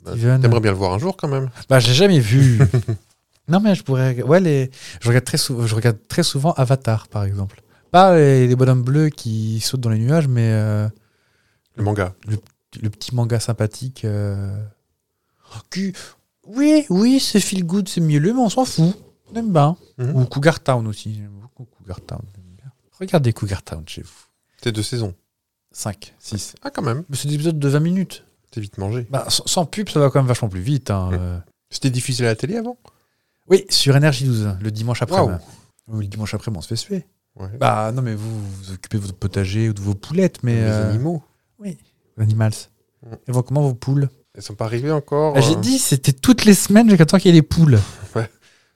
Bah,
Steven.
T'aimerais bien le voir un jour quand même.
Bah, j'ai jamais (laughs) vu. non, mais je pourrais. Ouais, les... je, regarde très sou- je regarde très souvent Avatar, par exemple. Pas les, les bonhommes bleus qui sautent dans les nuages, mais euh,
Le manga.
le petit manga sympathique. euh, qui- Oui, oui, c'est feel good, c'est mielleux, mais on s'en fout. On aime bien.
Mhm.
Ou Cougar Town aussi. J'aime beaucoup Cougar Town. j'aime bien. Regardez Cougar Town chez vous.
T'es deux saisons.
5, 6.
Ah, quand même.
C'est des épisodes de 20 minutes.
T'es vite mangé.
Bah, sans, sans pub, ça va quand même vachement plus vite. hein,
Mhm.
euh.
C'était diffusé à la télé avant
Oui, sur Energy 12, le dimanche après.
Waouh.
Ou le dimanche après, on se fait suer.
Ouais.
Bah non, mais vous vous occupez de votre potager ou de vos poulettes, mais.
Les
euh,
animaux.
Animals.
Mm.
Et voir comment vos poules.
Elles sont pas arrivées encore.
Ah, J'ai
euh,
dit, c'était toutes les semaines jusqu'à temps qu'il y ait les poules.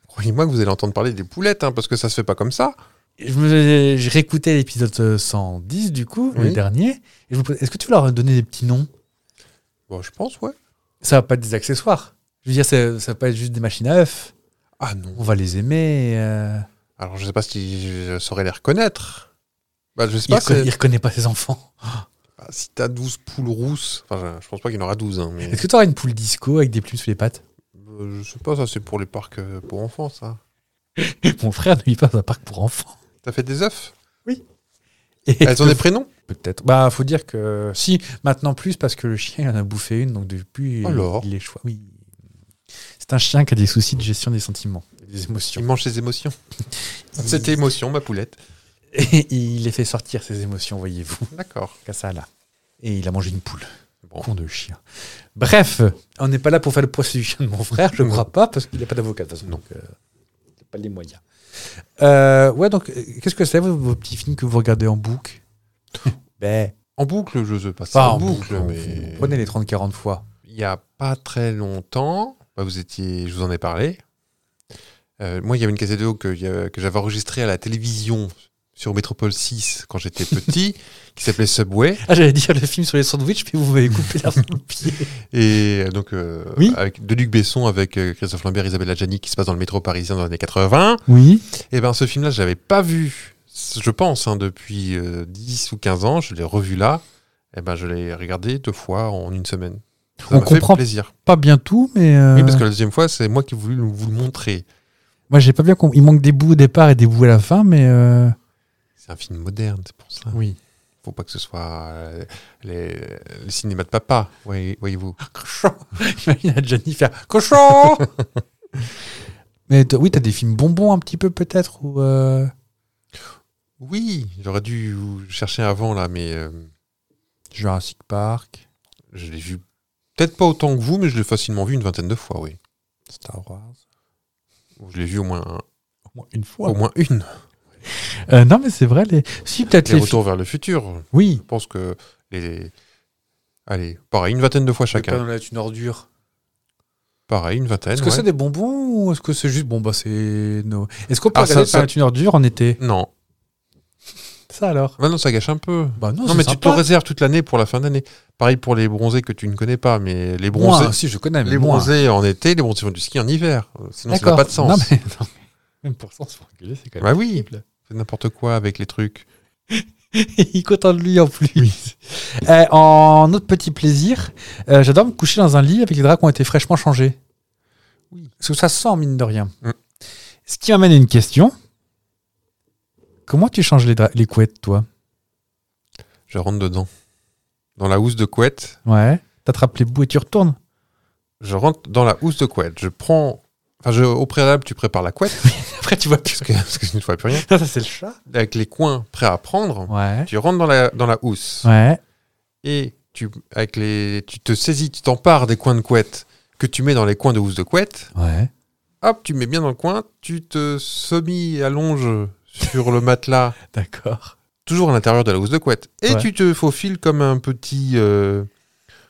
Croyez-moi que vous allez entendre parler des poulettes, hein, parce que ça se fait pas comme ça.
Et Je me- j'ai réécouté l'épisode 110, du coup, le
Oui.
dernier. Et je me posais, Est-ce que tu veux leur donner des petits noms
Bon, je pense, ouais.
Ça va pas être des accessoires. Je veux dire, ça, ça va pas être juste des machines à œufs.
Ah non.
On va les aimer. et, euh,
Alors, je sais pas si je saurais les reconnaître. Bah, je sais
Il,
pas.
reconnaît,
c'est-
il reconnaît pas ses enfants.
Bah, si t'as 12 poules rousses, enfin, je- je pense pas qu'il y en aura 12, hein, mais.
Est-ce que tu une poule disco avec des plumes sous les pattes (laughs)
Euh, je sais pas, ça c'est pour les parcs euh, pour enfants, ça.
Mon frère ne vit pas dans un parc pour enfants.
T'as fait des œufs
Et
Elles ont des prénoms
Peut-être. Bah, faut dire que si, maintenant plus, parce que le chien il en a bouffé une, donc depuis, il-
Alors
il est choix. Oui. C'est un chien qui a des soucis de gestion des sentiments, et des
Ils
émotions.
mangent ses émotions. C'était émotion, ma poulette.
Et il les fait sortir, ses émotions, voyez-vous. (laughs)
D'accord.
Qu'à ça, là. Et il a mangé une poule.
Bon.
Con de chien. Bref, on n'est pas là pour faire le procès du chien de mon frère, je ne crois pas, parce qu'il n'a pas d'avocat, de toute façon. Donc, euh, il a pas les moyens. Euh, ouais, donc, euh, qu'est-ce que c'est, vos, vos petits films que vous regardez en (laughs) boucle Ben,
En boucle, je sais pas.
pas
en boucle, mais.
Vous prenez les 30-40 fois.
Il y a pas très longtemps, bah, vous étiez, je vous en ai parlé. Euh, moi, il y avait une cassette vidéo que, il y a- que j'avais enregistrée à la télévision sur Métropole 6 quand j'étais petit, (laughs) qui s'appelait Subway.
Ah, j'allais dire le film sur les sandwichs, mais vous m'avez coupé la le pied.
Et euh, donc, euh,
Oui.
avec de Luc Besson, avec euh, Christophe Lambert, Isabelle Adjani, qui se passe dans le métro parisien dans les années 80.
(laughs) Oui.
Et ben, ce film-là, je l'avais pas vu, je pense, hein, depuis euh, 10 ou 15 ans. Je l'ai revu là. Et ben, je l'ai regardé deux fois en une semaine. Ça
On
m'a fait
comprend.
plaisir.
Pas bien tout, mais. euh,
Oui, parce que la deuxième fois, c'est moi qui ai voulu vous le montrer.
Moi, j'ai pas bien compris. Il manque des bouts au départ et des bouts à la fin, mais. euh,
C'est un film moderne, c'est pour ça.
Oui.
Faut pas que ce soit euh, les, le cinéma de papa, voyez- voyez-vous.
Ah, Cochon Imagine à Johnny faire Cochon (laughs) Mais t'as- oui, t'as des films bonbons un petit peu, peut-être, ou. euh,
Oui, j'aurais dû chercher avant là, mais euh,
Jurassic Park,
je l'ai vu peut-être pas autant que vous, mais je l'ai facilement vu une vingtaine de fois, oui.
Star Wars.
Ou Je l'ai vu au moins, un-
Au moins une fois.
au moins une.
Euh, non, mais c'est vrai. Les... Si, peut-être
Les
les.
retours vers le futur.
fi- Oui.
Je pense que les, allez, pareil, une vingtaine de fois chacun.
est une ordure.
Pareil, une vingtaine.
Est-ce que
ouais.
c'est des bonbons ou est-ce que c'est juste bon bah c'est no. Est-ce qu'on peut
Ah,
regarder
ça- ça-
Planète une ordure en été
Non,
Ça alors
maintenant ça gâche un peu.
Bah non,
Non,
c'est
mais tu
sympa.
te réserves toute l'année pour la fin d'année. Pareil pour les bronzés que tu ne connais pas, mais les bronzés,
Moins, si je connais, Ah, mais
les
moins.
bronzés en été, les bronzés font du ski en hiver. Euh, Sinon, ça n'a
D'accord.
pas de sens.
Non, mais, non, mais (laughs) même pour sens, pour engueuler, c'est quand même.
Bah oui, c'est n'importe quoi avec les trucs.
(laughs) Il est content de lui en plus. (laughs) Euh, en autre petit plaisir, euh, j'adore me coucher dans un lit avec les draps qui ont été fraîchement changés. Oui. Parce que ça sent, mine de rien.
Mm.
Ce qui m'amène à une question. Comment tu changes les, dra- les couettes, toi
Je rentre dedans. Dans la housse de couette,
Ouais. T'attrapes les bouts et tu retournes
je rentre dans la housse de couette. Je prends. Enfin, je- au préalable, tu prépares
(laughs)
la couette,
Après, tu vois plus.
parce que, parce que je ne vois plus rien.
(laughs) Ça, c'est le chat.
Avec les coins prêts à prendre,
Ouais.
tu rentres dans la, dans la housse.
Ouais.
et tu, avec les, tu te saisis, tu t'empares des coins de couette que tu mets dans les coins de housse de couette,
Ouais.
hop, tu mets bien dans le coin, tu te semi-allonges sur le matelas,
D'accord.
toujours à l'intérieur de la housse de couette, et
Ouais.
tu te faufiles comme un petit, euh,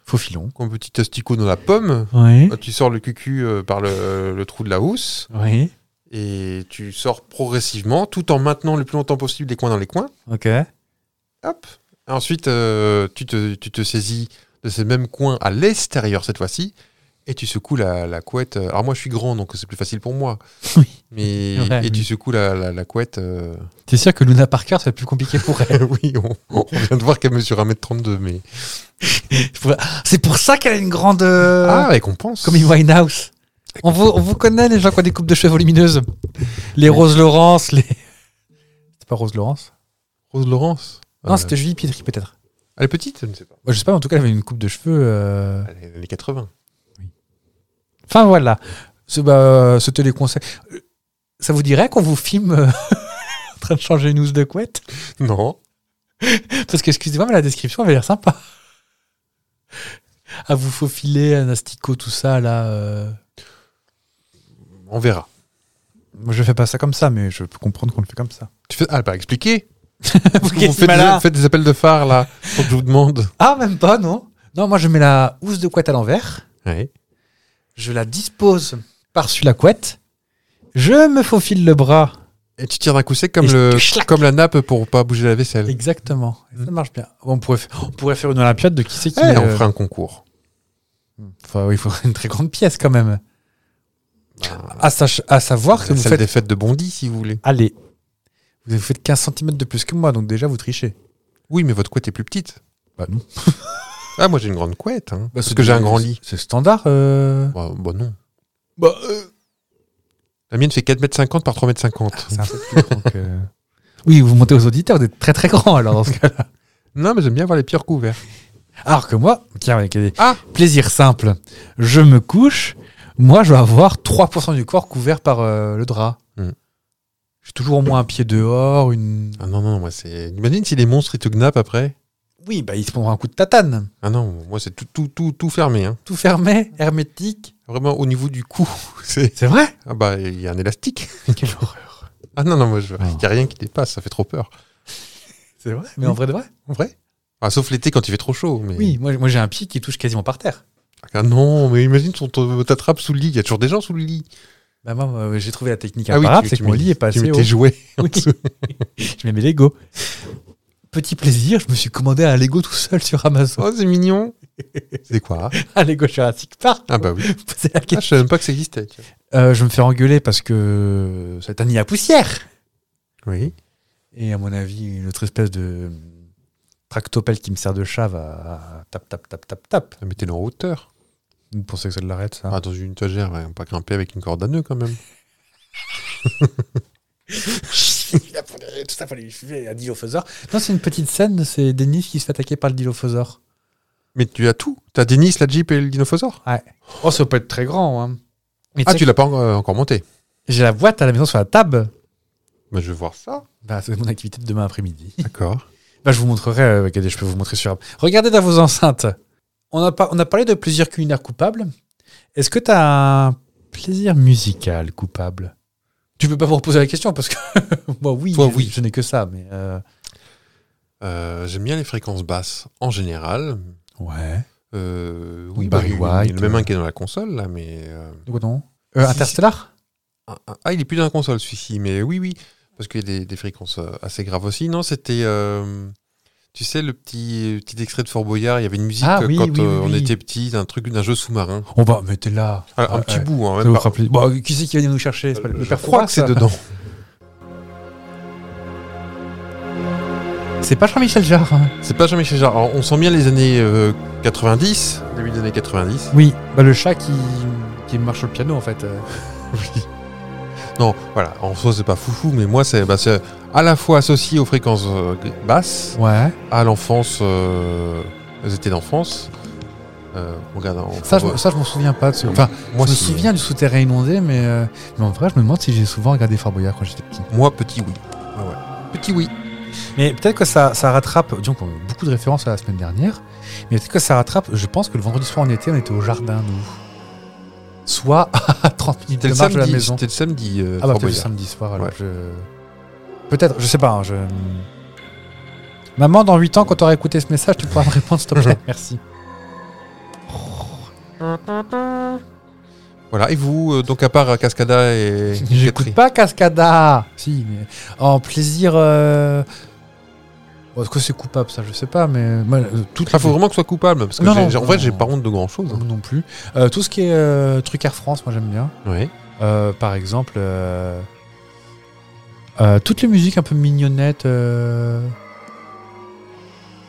Faux filon.
comme un petit testicot dans la pomme.
Oui.
Tu sors le cucu euh, par le, le trou de la housse
Oui.
et tu sors progressivement tout en maintenant le plus longtemps possible les coins dans les coins.
Ok.
Hop. Ensuite, euh, tu, te, tu te saisis de ces mêmes coins à l'extérieur cette fois-ci et tu secoues la, la couette. Alors moi, je suis grand, donc c'est plus facile pour moi.
(laughs) Oui.
Mais
Ouais.
et tu secoues la, la, la couette. euh,
T'es sûr que Luna Parker, ça va être plus compliqué pour elle.
(laughs) oui, on, on vient de voir qu'elle mesure 1m32, mais
C'est pour ça qu'elle a une grande. euh,
ah, récompense.
comme Amy Winehouse. On vous, on vous connaît les gens qui ont des coupes de cheveux volumineuses. Les Rose Laurence, les. C'était pas Rose Laurence
Rose Laurence.
Non,
Euh,
c'était Julie Pietri peut-être.
Elle est petite, je ne sais pas.
Moi, je sais pas, mais en tout cas, elle avait une coupe de cheveux. euh,
Elle est, elle est 80.
Enfin voilà, C'est- bah, euh, c'était les conseils. Euh, Ça vous dirait qu'on vous filme euh, (laughs) en train de changer une housse de couette
Non.
Parce que excusez-moi, mais la description avait l'air sympa. À vous faufiler un asticot, tout ça là. euh.
On verra.
Moi, je fais pas ça comme ça, mais je peux comprendre qu'on le fait comme ça.
Tu fais... Ah, pas (laughs) expliqué.
Vous
Vous faites des, faites des appels de phare, là, pour que je vous demande.
Ah, même pas, non. Non, moi, je mets la housse de couette à l'envers.
Ouais.
Je la dispose par-dessus la couette. Je me faufile le bras.
Et tu tires d'un coup sec comme,
Et
le,
schlac.
comme la nappe pour pas bouger la vaisselle.
Exactement. Et Ça
Mhm.
marche bien. On pourrait, fa- on pourrait faire une Olympiade de qui c'est qui.
Eh,
met
on
le-
fera un concours.
Enfin, oui, il faudrait (laughs) une très grande pièce quand même. À, sach- à savoir que
la
vous
salle
faites.
des fêtes de Bondy, si vous voulez.
Allez. Vous vous faites 15 cm de plus que moi, donc déjà vous trichez.
Oui, mais votre couette est plus petite.
Bah non.
(laughs) Ah, moi j'ai une grande couette. hein, parce
c'est
que j'ai
du-
un grand lit.
C'est standard. euh,
Bah, bah euh. non. La mienne fait 4m50 par 3m50.
(laughs) C'est un peu plus grand que. Oui, vous montez aux auditeurs, vous êtes très très grand alors dans ce cas-là.
non, mais j'aime bien voir les pires couverts.
Alors que moi, tiens, avec des
Ah.
plaisir simple, je me couche, moi je vais avoir 3% du corps couvert par euh, le drap.
Hmm.
J'ai toujours au moins un pied dehors, une.
Ah non, non, moi c'est. Imagine si les monstres ils te gnappent après.
Oui, bah ils se prendront un coup de tatane.
Ah non, moi c'est tout, tout, tout, tout fermé. hein.
Tout fermé, hermétique.
Vraiment au niveau du cou. (laughs) C'est...
C'est vrai
Ah bah il y a un (laughs) élastique.
Quelle horreur.
Ah non, non, moi je...
Ah.
il y a rien qui dépasse, ça fait trop peur.
C'est vrai Mais en vrai de vrai
En vrai ah, Sauf l'été quand il fait trop chaud. Mais...
Oui, moi, moi j'ai un pied qui touche quasiment par terre.
Ah non, mais imagine si on te- t'attrape sous le lit. Il y a toujours des gens sous le lit.
Bah moi, moi, j'ai trouvé la technique
Ah oui,
imparable,
tu-
c'est
tu
que mon
mets-
lit est
Tu
passé
mets
au...
tes jouets. (laughs)
Oui. (laughs) je mets mes Lego. Petit plaisir, je me suis commandé un Lego tout seul sur Amazon. (laughs)
Oh, c'est mignon. c'est quoi
Un Lego Jurassic Park.
Ah bah oui.
C'est la
Ah, je savais même pas que ça existait. tu
Euh, je me fais engueuler parce que c'est un nid à poussière.
vois. Oui.
Et à mon avis, une autre espèce de tractopelle qui me sert de chat va tap, tap, tap, tap, tap.
Ah, Mettez-le en hauteur.
Vous pensez que ça l'arrête, ça (laughs)
Ah, dans une étagère, ouais, pas grimper avec une corde à nœud quand même.
Tout ça, fallait lui filer un dilophosaure. Non, c'est une petite scène, c'est Denis qui se fait attaquer par le dilophosaure.
Mais tu as tout. T'as Denis, la Jeep et le dinosaure.
Oh, ça peut être très grand, hein. Mais
Ah,
tu
tu
sais
l'as pas en- euh, encore monté.
que J'ai la boîte à la maison sur la table.
Bah, je vais voir ça.
Bah, c'est mon activité de demain après-midi.
D'accord.
Bah, je vous montrerai, euh, regardez, je peux vous montrer sur. Regardez dans vos enceintes. On a, par- on a parlé de plaisir culinaire coupable. Est-ce que tu as un plaisir musical coupable Tu peux pas me reposer la question parce que (laughs) moi, oui,
Toi,
je-
oui.
je n'ai que ça. Mais euh,
Euh, J'aime bien les fréquences basses en général.
Ouais.
Euh,
Oui,
oui,
Barry
il y a
White,
le même un
euh.
qui est dans la console là, mais euh,
De quoi non Euh,
Si,
Interstellar
ah, ah, ah, il est plus dans la console celui-ci, mais oui, oui, parce qu'il y a des, des fréquences euh, assez graves aussi. Non, c'était, euh, tu sais, le petit petit extrait de Fort Boyard, il y avait une musique
Ah,
euh,
oui,
quand
oui, oui,
euh, on
oui.
était petit, d'un truc, d'un jeu sous-marin.
On va, mais t'es là.
Ah, un
Ouais,
petit
ouais.
bout, hein,
Ça
même
vous
pas-
fera plaisir. Bon, qui c'est qui va venir nous chercher C'est pas le
je
père Fouras,
crois que c'est
ça
dedans.
C'est pas Jean-Michel Jarre. hein.
C'est pas Jean-Michel Jarre. Alors, on sent bien les années euh, 90, début des années 90.
Oui, bah, le chat qui, qui marche sur le piano en fait. euh.
Non, voilà, en soi c'est pas foufou, mais moi c'est bah, c'est à la fois associé aux fréquences euh, basses,
Ouais.
à l'enfance, euh, aux étés d'enfance. Euh, on regarde, on-
Ça,
on
je,
voit-
ça, je m'en souviens pas. De ce... Enfin,
moi,
je me
si-
souviens du souterrain inondé, mais, euh, mais en vrai, je me demande si j'ai souvent regardé Fort Boyard quand j'étais petit.
Moi petit oui. Ouais, ouais. Petit oui.
Mais peut-être que ça, ça rattrape. Disons qu'on a eu beaucoup de références à la semaine dernière. Mais peut-être que ça rattrape. Je pense que le vendredi soir en été, on était au jardin, nous. Soit (laughs) à 30 minutes
C'était
de
le,
marche de la
samedi.
maison.
C'était le samedi. euh,
Ah bah
Fort
peut-être le
Boyard.
samedi soir alors
Ouais.
je- Peut-être, je sais pas, hein, je... Maman, dans 8 ans, quand t'auras écouté ce message, tu pourras me répondre,
(laughs)
s'il te plaît. Merci.
Voilà. Et vous, euh, donc à part euh, Cascada et
(laughs) J'écoute
Catherine.
pas Cascada Si, mais en plaisir... euh, Bon, Est-ce que c'est coupable, ça Je sais pas, mais moi, euh, toute
Il Ah, faut vraiment que ce soit coupable, parce que
Non,
j'ai-
non,
j'ai- en vrai,
non.
j'ai pas honte de hein. grand chose.
Non, non plus. Euh, tout ce qui est euh, truc Air France, moi j'aime bien.
Ouais.
Euh, par exemple, euh, euh, toutes les musiques un peu mignonnettes, euh,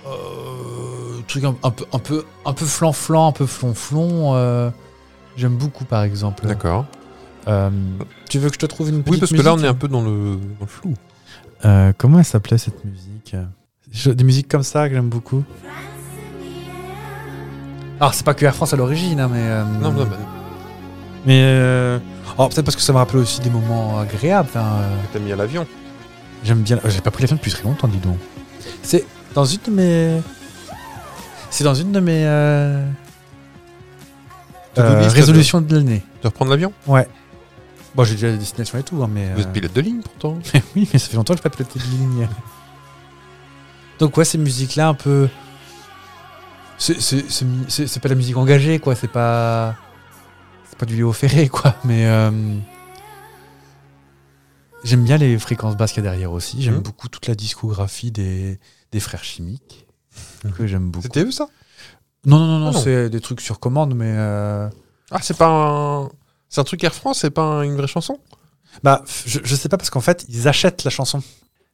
euh, trucs un, un peu, un peu, un peu flanflant, un peu flonflon. euh, J'aime beaucoup, par exemple.
D'accord.
Euh, tu veux que je te trouve une petite
Oui, parce que là, on
musique
est un peu dans le, dans le flou.
Euh, comment elle s'appelait cette musique Je- Des musiques comme ça que j'aime beaucoup. Alors, c'est pas que Air France à l'origine, hein, mais. euh,
Non, non, bah,
Mais. euh, alors, peut-être parce que ça me rappelait aussi des moments agréables. enfin, euh,
t'as mis à l'avion.
J'aime bien. J'ai pas pris l'avion depuis très longtemps, dis donc. C'est dans une de mes. C'est dans une de mes. euh,
To-do
euh,
list,
résolutions de l'année.
De reprendre l'avion
Ouais. Bon, j'ai déjà des destinations et tout, hein, mais.
Vous
euh,
êtes pilote de ligne,
(laughs)
pourtant.
oui, mais ça fait longtemps que je n'ai pas piloté de ligne. Donc, ouais, ces musiques-là, un peu. C'est- C'est c'est mi- c'est- c'est pas de la musique engagée, quoi. C'est pas. C'est pas du Léo Ferré, quoi. Mais. euh, J'aime bien les fréquences basses qu'il y a derrière aussi. J'aime
Mhm.
beaucoup toute la discographie des, des frères chimiques. Que j'aime beaucoup.
Mmh. C'était eux, ça
Non, non, non, non,
Ah non.
c'est des trucs sur commande, mais. euh,
Ah, c'est pas un. C'est un truc Air France, c'est pas un- une vraie chanson
Bah, f- je, je sais pas parce qu'en fait, ils achètent la chanson.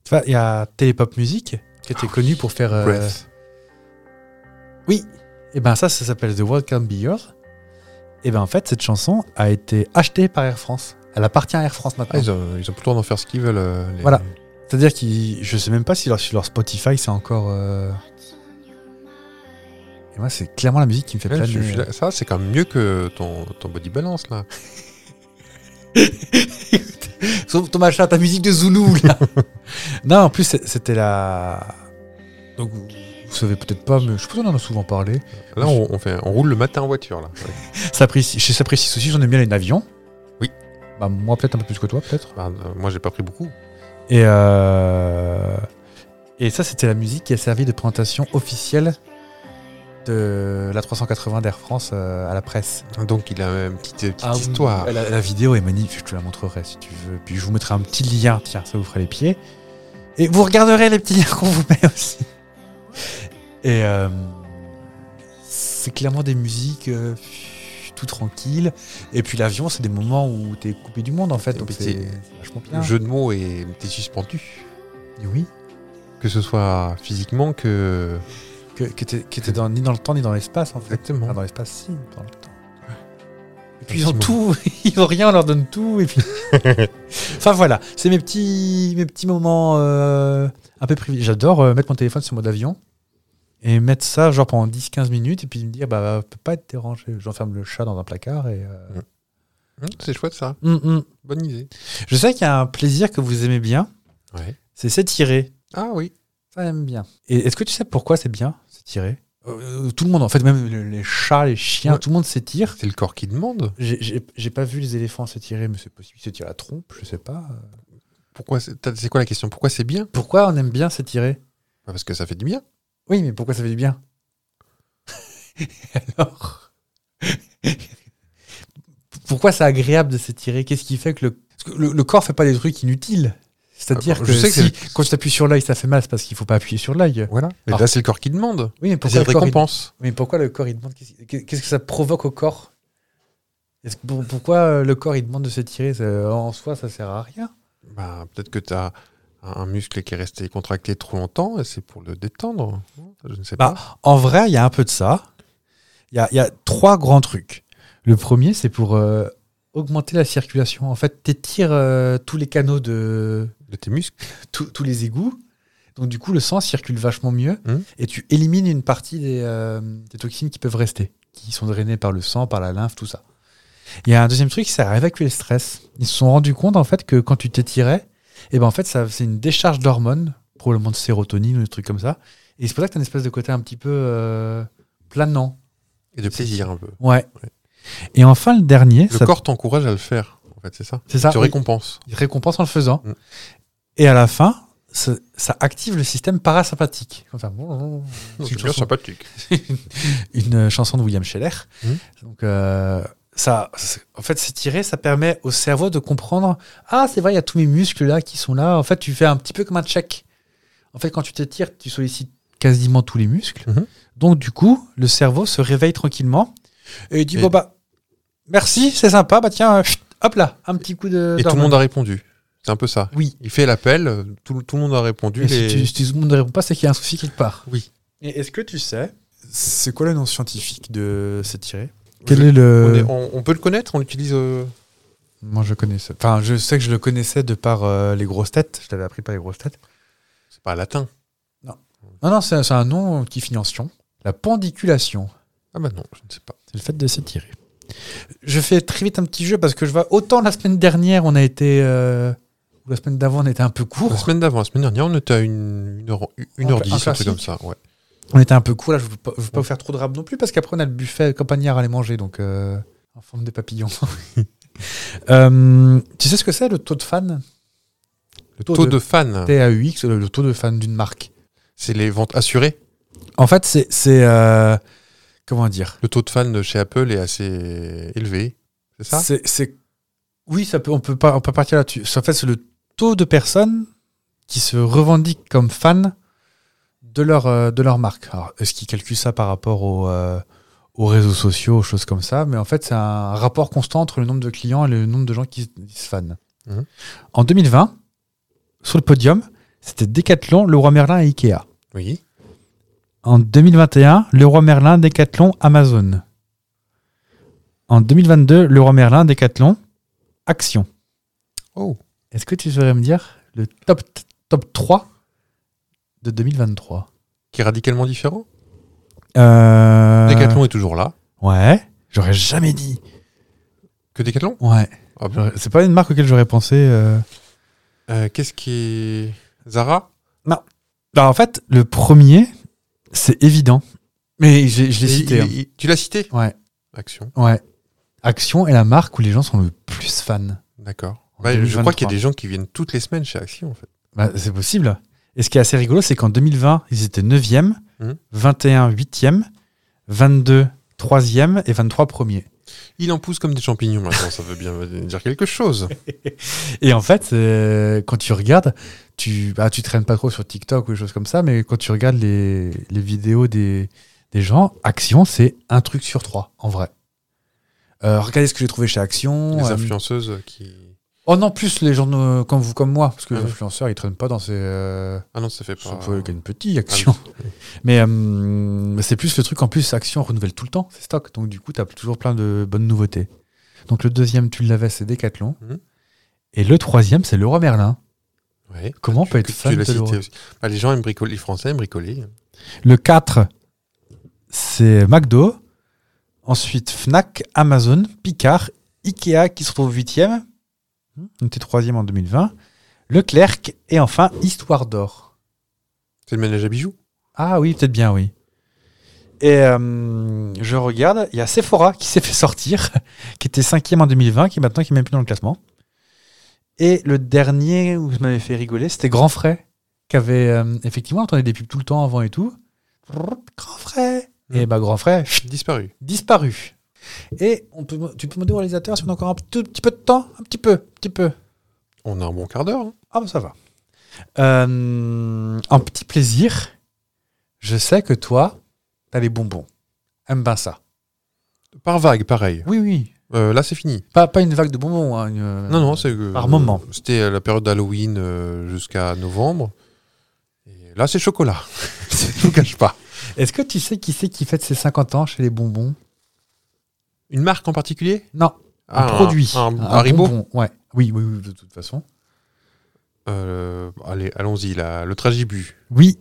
Tu vois, il y a Télépop Music qui était connu pour faire. euh,
Ah Breath.
Oui. Et ben ça, ça s'appelle The World Can Be Yours. Et ben en fait, cette chanson a été achetée par Air France. Elle appartient à Air France
Ah,
maintenant.
ils, ont, ils ont plus le droit d'en faire ce qu'ils veulent. euh, les-
Voilà. C'est-à-dire qu'ils, je sais même pas si leur, sur leur Spotify c'est encore. euh, Et moi, c'est clairement la musique qui me fait
Ouais,
planer.
je- je suis là- ça, c'est quand même mieux que ton, ton body balance, là.
(laughs) Sauf ton machin, ta musique de Zoulou
(laughs)
là. non, en plus c'est- c'était la. Donc vous, vous savez peut-être pas, mais je pense qu'on en a souvent parlé.
Là, on, on fait, on roule le matin en voiture, là. Ouais.
Sapristi- chez Sapristi aussi, j'en ai bien les avions.
Oui.
Bah, moi, peut-être un peu plus que toi, peut-être.
Bah, euh, moi, j'ai pas pris beaucoup.
Et, euh, et ça, c'était la musique qui a servi de présentation officielle de la 380 d'Air France euh, à la presse.
Donc, il a euh, une petite, petite histoire.
La, la vidéo est magnifique, je te la montrerai si tu veux. Puis je vous mettrai un petit lien, tiens, ça vous fera les pieds. Et vous regarderez les petits liens qu'on vous met aussi. Et euh, c'est clairement des musiques euh, tout tranquilles. Et puis l'avion, c'est des moments où t'es coupé du monde en fait.
Et
Donc
puis
c'est
t'es-
c'est vachement bien.
Le jeu de mots est t'es suspendu.
Et Oui,
Que ce soit physiquement que.
que, que t'es que t'es dans, ni dans le temps ni dans l'espace en fait.
Exactement.
Ah, dans l'espace, si, dans le temps. Et puis
Un
ils ont
petit
tout, (laughs) ils ont rien, on leur donne tout. Et puis... enfin voilà, c'est mes petits, mes petits moments euh, un peu privilégiés. J'adore euh, mettre mon téléphone sur mode avion et mettre ça genre pendant 10-15 minutes et puis me dire bah peut pas être dérangé. J'enferme le chat dans un placard et. euh,
Hum, c'est chouette, ça.
hum, hum.
Bonne idée.
Je sais qu'il y a un plaisir que vous aimez bien,
Ouais.
c'est s'étirer.
Ah oui.
Ça j'aime bien. Et est-ce que tu sais pourquoi c'est bien s'étirer Euh, Tout le monde en fait, même le- les chats, les chiens,
Ouais.
tout le monde s'étire.
C'est le corps qui demande.
J'ai- J'ai j'ai pas vu les éléphants s'étirer, mais c'est possible qu'ils se tirent la trompe, je sais pas.
Pourquoi c'est t'as- c'est quoi la question Pourquoi c'est bien
Pourquoi on aime bien s'étirer
Bah, Parce que ça fait du bien.
Oui, mais pourquoi ça fait du bien (laughs) Alors Pourquoi c'est agréable de s'étirer Qu'est-ce qui fait que le... parce que le, le corps fait pas des trucs inutiles c'est-à-dire
Ah bon,
que,
je sais que
si, quand tu t'appuies sur l'œil, ça fait mal, c'est parce qu'il faut pas appuyer sur l'œil.
Voilà. Mais
Ah.
là, c'est le corps qui demande.
Oui, mais
C'est
pourquoi,
une
le corps, il-
récompense.
mais pourquoi le corps, il demande qu'est-ce qu'est-ce que ça provoque au corps Est-ce que- pour- Pourquoi euh, le corps, il demande de s'étirer Ça- euh, En soi, ça sert à rien.
Bah, Peut-être que tu as un muscle qui est resté contracté trop longtemps et c'est pour le détendre. hein, Je ne sais
Bah,
pas.
En vrai, il y a un peu de ça. Il y a, il y a trois grands trucs. Le premier, c'est pour euh, augmenter la circulation. En fait, t'étires euh, tous les canaux de
De tes muscles.
tous- tous les égouts. Donc, du coup, le sang circule vachement mieux
Mhm.
et tu élimines une partie des, euh, des toxines qui peuvent rester, qui sont drainées par le sang, par la lymphe, tout ça. Il y a un deuxième truc, c'est à évacuer le stress. Ils se sont rendus compte, en fait, que quand tu t'étirais, eh ben, en fait, ça- c'est une décharge d'hormones, probablement de sérotonine ou des trucs comme ça. Et c'est pour ça que tu as une espèce de côté un petit peu euh, planant.
Et de plaisir un peu.
Ouais.
Ouais.
Et enfin, le dernier,
Le
ça-
corps t'encourage à le faire. En fait, c'est ça.
c'est ça,
tu
oui,
récompenses.
il récompense en le faisant.
Mm.
Et à la fin, ça, ça active le système parasympathique. Comme ça. C'est une, chanson,
sympathique.
(laughs) une, euh, chanson de William Scheller.
Mm.
Donc, euh, ça, c'est- en fait, s'étirer, ça permet au cerveau de comprendre Ah, c'est vrai, il y a tous mes muscles là qui sont là. En fait, tu fais un petit peu comme un check. En fait, quand tu t'étires, tu sollicites quasiment tous les muscles.
Mhm.
Donc, du coup, le cerveau se réveille tranquillement et il dit
Et-
Bon, bah, merci, c'est sympa, bah tiens, euh, chut, hop là, un petit coup de.
Et tout le
d'hormone.
monde a répondu. C'est un peu ça.
Oui.
Il fait l'appel, euh, tout, tout le monde a répondu.
Et
les-
si, tu- si tout le monde ne répond pas, c'est qu'il y a un souci quelque part.
Oui.
Et est-ce que tu sais, c'est quoi le nom scientifique de s'étirer
Quel
est
On,
le.
est- on- on peut le connaître, on l'utilise. euh,
Moi, je connais ça. Enfin, je sais que je le connaissais de par euh, les grosses têtes. Je l'avais appris par les grosses têtes.
C'est pas latin.
Non, non, c'est c'est un nom qui finit en tion. La pendiculation.
Ah bah non, je ne sais pas.
C'est le fait de s'étirer. Je fais très vite un petit jeu parce que je vois autant la semaine dernière, on a été. euh, ou la semaine d'avant, on était un peu
La
court.
semaine d'avant, la semaine dernière, on était à une, une heure, une
Un
heure
cla-
dix,
un
un truc
classique.
comme ça. Ouais.
On était un peu court. Là, je ne veux pas, je veux pas vous faire trop de rap non plus parce qu'après, on a le buffet campagnard à aller manger. Donc, euh, en forme de papillon. (laughs) Euh, tu sais ce que c'est le taux de fan
Le
Taux
taux,
de-
de, fans,
TAUX, le le taux de fan d'une marque.
c'est les ventes assurées.
En fait, c'est. c'est, euh, comment dire
Le taux de fans de chez Apple est assez élevé. C'est ça
C'est- c'est- Oui, ça peut, on, peut pas, on peut partir là-dessus. En fait, c'est le taux de personnes qui se revendiquent comme fans de leur, euh, de leur marque. Alors, est-ce qu'ils calculent ça par rapport au, euh, aux réseaux sociaux, aux choses comme ça Mais en fait, c'est un rapport constant entre le nombre de clients et le nombre de gens qui, qui se fannent.
Mhm.
En 2020, sur le podium, c'était Decathlon, Leroy Merlin et Ikea.
Oui.
En 2021, Leroy Merlin, Decathlon, Amazon. En 2022, Leroy Merlin, Decathlon, Action.
Oh.
Est-ce que tu saurais me dire le top, top 3 de 2023
Qui est radicalement différent.
euh...
Decathlon est toujours là.
Ouais, j'aurais jamais dit.
Que Decathlon
Ouais,
Ah bon.
j'aurais- c'est pas une marque auquel j'aurais pensé. euh.
Euh, Qu'est-ce qui est. Zara
Alors, Bah, en fait, le premier, c'est évident. Mais j'ai- je l'ai
Il-
cité.
il-
hein.
il- Tu l'as cité
Ouais,
Action.
ouais. Action est la marque où les gens sont le plus fans.
D'accord.
En
Ouais, je
2023.
crois qu'il y a des gens qui viennent toutes les semaines chez Action, en fait.
Bah, c'est possible. Et ce qui est assez rigolo, c'est qu'en 2020, ils étaient 9e,
Mhm.
21, 8e, 22, 3e et 23 premiers.
Il en pousse comme des champignons maintenant, ça veut bien (laughs) dire quelque chose.
Et en fait, euh, quand tu regardes, tu bah, tu traînes pas trop sur TikTok ou des choses comme ça, mais quand tu regardes les, les vidéos des, des gens, Action, c'est un truc sur trois, en vrai. Euh, regardez ce que j'ai trouvé chez Action.
Les
euh,
influenceuses qui.
oh non, plus les gens euh, comme vous, comme moi, parce que
Ah
les
oui.
influenceurs, ils traînent pas dans ces... euh,
Ah non, ça fait
Ça
pas.
peut être une petite action. (laughs) Mais euh, c'est plus le truc, en plus, action renouvelle tout le temps, c'est stock. Donc du coup, tu as toujours plein de bonnes nouveautés. Donc le deuxième, tu l'avais, c'est Decathlon.
Mhm.
Et le troisième, c'est Leroy Merlin.
Ouais.
Comment on peut être
Tu- tu
fan
l'as
de
cité
Leroy
aussi. Bah, les gens aiment bricoler, les Français aiment bricoler.
Le 4, c'est McDo. Ensuite, Fnac, Amazon, Picard, Ikea qui se trouve huitième. Mmh. On était troisième en 2020. Leclerc et enfin Histoire d'Or.
C'est le ménage à bijoux.
Ah oui, peut-être bien, oui. Et euh, je regarde, il y a Sephora qui s'est fait sortir, (laughs) qui était cinquième en 2020, qui maintenant qui est même plus dans le classement. Et le dernier où je m'avais fait rigoler, c'était Grand Frais, qui avait euh, effectivement entendu des pubs tout le temps avant et tout. Grand Frais Et bah Grand Frais, chut,
Disparu.
disparu. Et on peut, tu peux demander au réalisateur si on a encore un tout petit peu de temps Un petit peu, petit peu.
On a un bon quart d'heure. hein.
Ah bah ça va. Euh, un petit plaisir. Je sais que toi, t'as les bonbons. Aime bien ça.
Par vague, pareil.
Oui, oui.
Euh, là, c'est fini.
Pas, pas une vague de bonbons. hein, une- (laughs)
Non, non, c'est. euh,
par moment.
C'était euh, la période d'Halloween euh, jusqu'à novembre. Et là, c'est chocolat. (laughs) Je vous cache pas.
Est-ce que tu sais qui c'est qui fête ses 50 ans chez les bonbons
Une marque en particulier
Non, un
Ah,
produit.
Un, un Haribo
bonbon, ouais. oui, oui, oui, de toute façon.
Euh, Allez, allons-y, là. Le Tragibu,
Oui,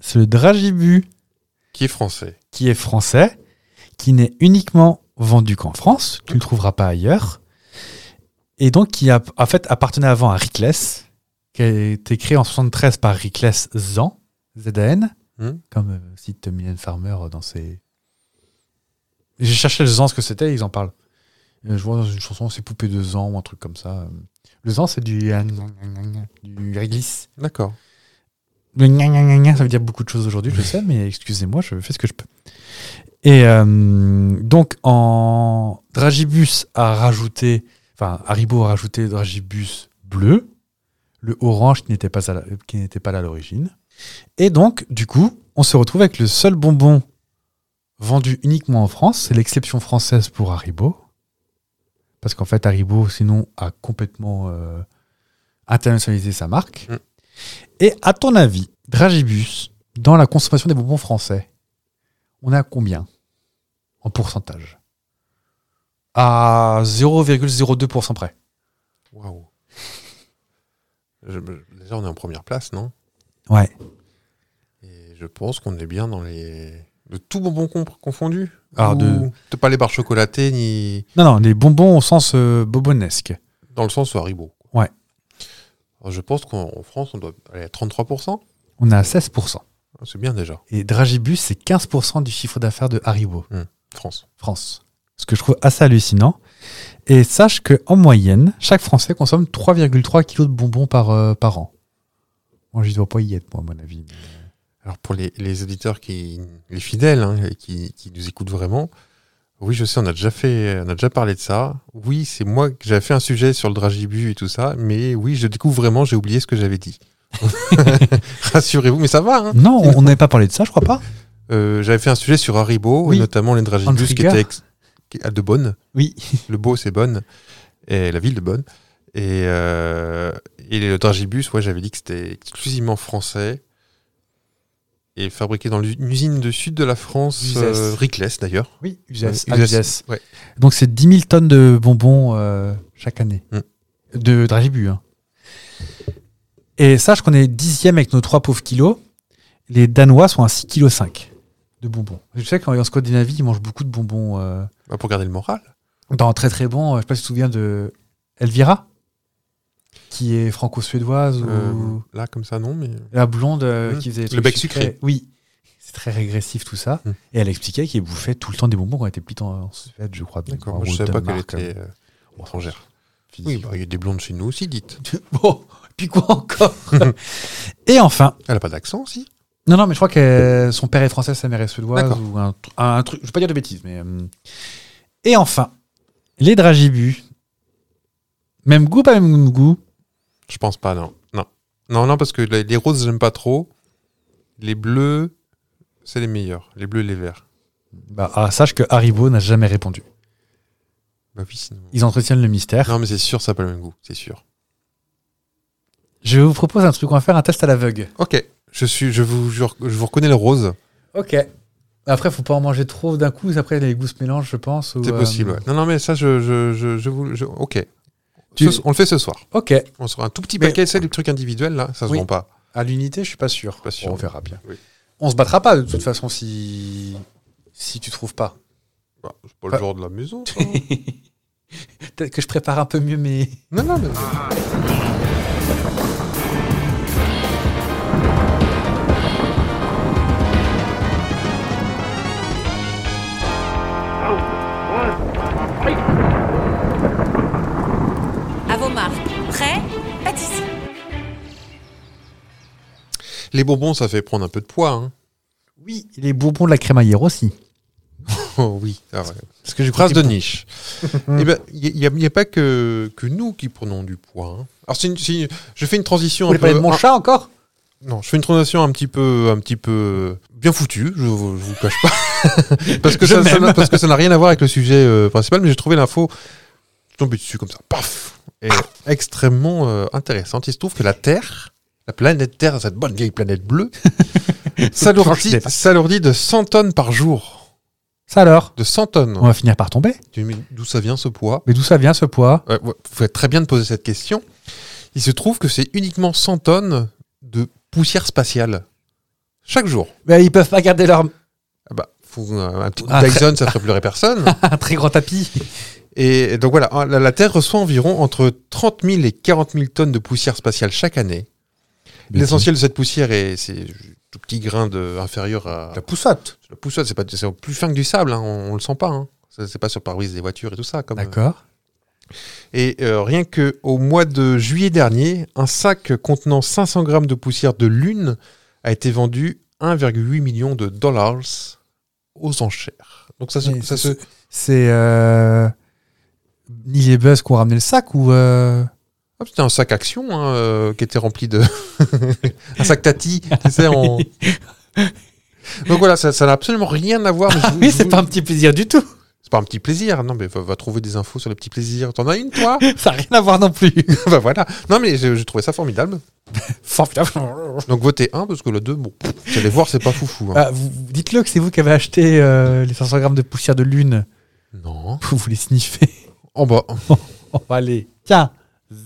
c'est le Dragibu
qui est français.
qui est français, qui n'est uniquement vendu qu'en France, tu ne le trouveras pas ailleurs, et donc qui a, en fait appartenait avant à Rickless, qui a été créé en 73 par Rickless Zan, ZAN,
Hmm.
comme euh, cite Mylène Farmer euh, dans ses... J'ai cherché le Zan, ce que c'était, ils en parlent. Euh, Je vois dans une chanson, c'est Poupée de Zan ou un truc comme ça. Euh, Le Zan, c'est du... du réglisse.
D'accord.
Le gna gna gna gna, ça veut dire beaucoup de choses aujourd'hui, je sais, mais excusez-moi, je fais ce que je peux. Et euh, donc, en Dragibus a rajouté, enfin, Haribo a rajouté Dragibus bleu, le orange qui n'était pas, à la- qui n'était pas là à l'origine. Et donc, du coup, on se retrouve avec le seul bonbon vendu uniquement en France. C'est l'exception française pour Haribo. Parce qu'en fait, Haribo, sinon, a complètement euh, internationalisé sa marque.
Mm.
Et à ton avis, Dragibus, dans la consommation des bonbons français, on est à combien en pourcentage À 0,02% près.
Waouh. Je- Déjà, on est en première place, non
Ouais.
Et je pense qu'on est bien dans les. De tout bonbon comp- confondu
Alors,
Ou
de-
de pas les barres chocolatées, ni.
Non, non, les bonbons au sens euh, bobonesque.
Dans le sens euh, Haribo. quoi.
Ouais.
Alors, je pense qu'en en France, on doit aller à 33%.
On est à 16%.
Hein, C'est bien déjà,
Et Dragibus, c'est 15% du chiffre d'affaires de Haribo
France.
France. Ce que je trouve assez hallucinant. Et sache que en moyenne, chaque Français consomme 3,3 kilos de bonbons par, euh, par an. Moi, je dois pas y être, moi, à mon avis.
Alors, pour les, les auditeurs qui. Les fidèles, hein, et qui, qui nous écoutent vraiment. Oui, je sais, on a déjà fait, on a déjà parlé de ça. Oui, c'est moi que j'avais fait un sujet sur le dragibu et tout ça, mais oui, je découvre vraiment, j'ai oublié ce que j'avais dit. (laughs) Rassurez-vous, mais ça va. Hein
Non, on n'avait pas parlé de ça, je crois pas.
Euh, j'avais fait un sujet sur Haribo,
Oui.
et notamment les
On
dragibus qui
trigger.
étaient ex- qui- à de Bonne.
Oui.
(laughs) Le beau, c'est Bonne. Et la ville de Bonne. Et, euh, et le dragibus, ouais, j'avais dit que c'était exclusivement français. Et fabriqué dans l'u- une usine du sud de la France,
Uzès.
euh, Ricless d'ailleurs.
Oui,
Euh, Uzès, ouais.
Donc, c'est 10 000 tonnes de bonbons euh, chaque année.
Mm.
De Dragibus. hein. Et sache qu'on est dixième avec nos trois pauvres kilos. Les Danois sont à 6,5 kg de bonbons. Je sais qu'en en Scandinavie, ils mangent beaucoup de bonbons. euh,
Bah, pour garder le moral.
dans Très Très Bon, euh, je sais pas si tu te souviens de Elvira, qui est franco-suédoise,
Euh,
ou
là, comme ça, non, mais.
la blonde euh,
Mm.
qui faisait des
Le
trucs
bec
sucrés.
sucré.
Oui, c'est très régressif tout ça.
Mm.
Et elle expliquait qu'elle bouffait tout le temps des bonbons quand elle était petite en, en Suède, je crois. donc,
D'accord,
enfin,
moi,
au
je savais pas qu'elle
Danemark, euh,
était euh, étrangère. Oui,
physique.
bah, il y a des blondes chez nous aussi, dites.
bah. (laughs) Bon, puis quoi encore (laughs) Et enfin,
Elle a pas d'accent aussi
non, non, mais je crois que euh, son père est français, sa mère est suédoise,
D'accord.
ou un, tr- un truc, je vais pas dire de bêtises, mais. euh, Et enfin, les dragibus. Même goût, pas même goût.
Je pense pas, non. Non, non, non parce que les, les roses, j'aime pas trop. Les bleus, c'est les meilleurs. Les bleus et les verts.
Bah, ah, sache que Haribo n'a jamais répondu.
Bah oui, sinon-
Ils entretiennent le mystère.
Non, mais c'est sûr, ça n'a pas le même goût, c'est sûr.
Je vous propose un truc, on va faire un test à l'aveugle.
Ok, je, suis, je, vous, jure- je vous reconnais le rose.
Ok. Après, faut pas en manger trop d'un coup, après les goûts se mélangent, je pense. ou,
C'est
euh,
possible. ouais. Non, non, mais ça, je, je, je, je vous. je- ok.
Tu-
Ce- on le fait ce soir.
Ok.
On sera un tout petit
Mais-
paquet, c'est les trucs individuels, là, ça se
Oui.
vend pas.
À l'unité, je suis pas sûr.
Pas sûr.
On verra bien.
Oui.
On se battra pas de toute façon si si tu trouves pas.
Bah, c'est pas le
Pas-
genre de la maison. ça. hein.
Peut-être que je prépare un peu mieux mes.
non, non, mais.
Ah.
À vos marques. Prêt Pâtisserie.
Les bonbons, ça fait prendre un peu de poids. Hein.
Oui, les bourbons de la crémaillère aussi.
Oh oui, ah ouais.
Parce que j'ai
Phrase
goûté
de
(laughs)
niche. Eh ben, il n'y a, y a pas que, que nous qui prenons du poids. hein. Alors, c'est une- c'est une- je fais une transition
Vous
un
voulez
peu.
parler de mon
ah,
chat encore
non, je fais une transition un petit peu, un petit peu bien foutue. Je, vous- je vous cache pas, (laughs) parce que
Je
ça, ça
m'aime.
n'a- parce que ça n'a rien à voir avec le sujet euh, principal, mais j'ai trouvé l'info. Je suis tombé dessus comme ça, paf, et extrêmement euh, intéressante. Il se trouve que la Terre, la planète Terre, cette bonne vieille
(laughs)
planète bleue, s'alourdit
Franchement.
s'alourdit de 100 tonnes par jour,
Ça alors
de 100 tonnes.
On va finir par tomber.
Tu me dis, D'où ça vient ce poids
Mais d'où ça vient ce poids
Euh, Ouais, ouais, vous faites très bien de poser cette question. Il se trouve que c'est uniquement 100 tonnes de poussière spatiale chaque jour.
Mais ils peuvent pas garder leur (laughs)
Ah bah, faut, euh, un petit coup
Ah,
de Dyson, ça ferait pleurer personne.
(laughs) un très grand tapis.
Et donc voilà, hein, la, la Terre reçoit environ entre 30 000 et 40 000 tonnes de poussière spatiale chaque année. L'essentiel de cette poussière est c'est tout petit grain de, inférieur à
La poussotte.
la poussotte. C'est pas c'est plus fin que du sable, hein, on, on le sent pas. hein. Ça, C'est pas sur le pare-brise des voitures et tout ça. Comme,
D'accord.
Et euh, rien que au mois de juillet dernier, un sac contenant 500 grammes de poussière de lune a été vendu 1,8 million de dollars aux enchères. Donc ça, se-
Mais
ça
c'est-
se...
C'est euh, Neil et Buzz qui ont ramené le sac ou euh,
Ah, c'était un sac action hein, euh, qui était rempli de. (laughs) un sac tati, tu
(laughs)
sais, en- Donc voilà, ça ça n'a absolument rien à voir. mais je vous-
Ah Oui,
je
c'est
vous-
pas un petit plaisir du tout. (laughs)
c'est pas un petit plaisir. Non, mais va, va trouver des infos sur les petits plaisirs. T'en as une, toi (laughs)
Ça n'a rien à voir non plus.
Bah voilà. Non, mais j'ai j'ai trouvé ça formidable.
Formidable.
Donc votez 1 parce que le 2, bon, pff, vous allez voir, c'est pas foufou. hein.
Ah, vous- Dites-le que c'est vous qui avez acheté euh, les 500 grammes de poussière de lune. (laughs)
Non.
Vous les (laughs) sniffez.
Oh bah,
Oh, allez. Tiens,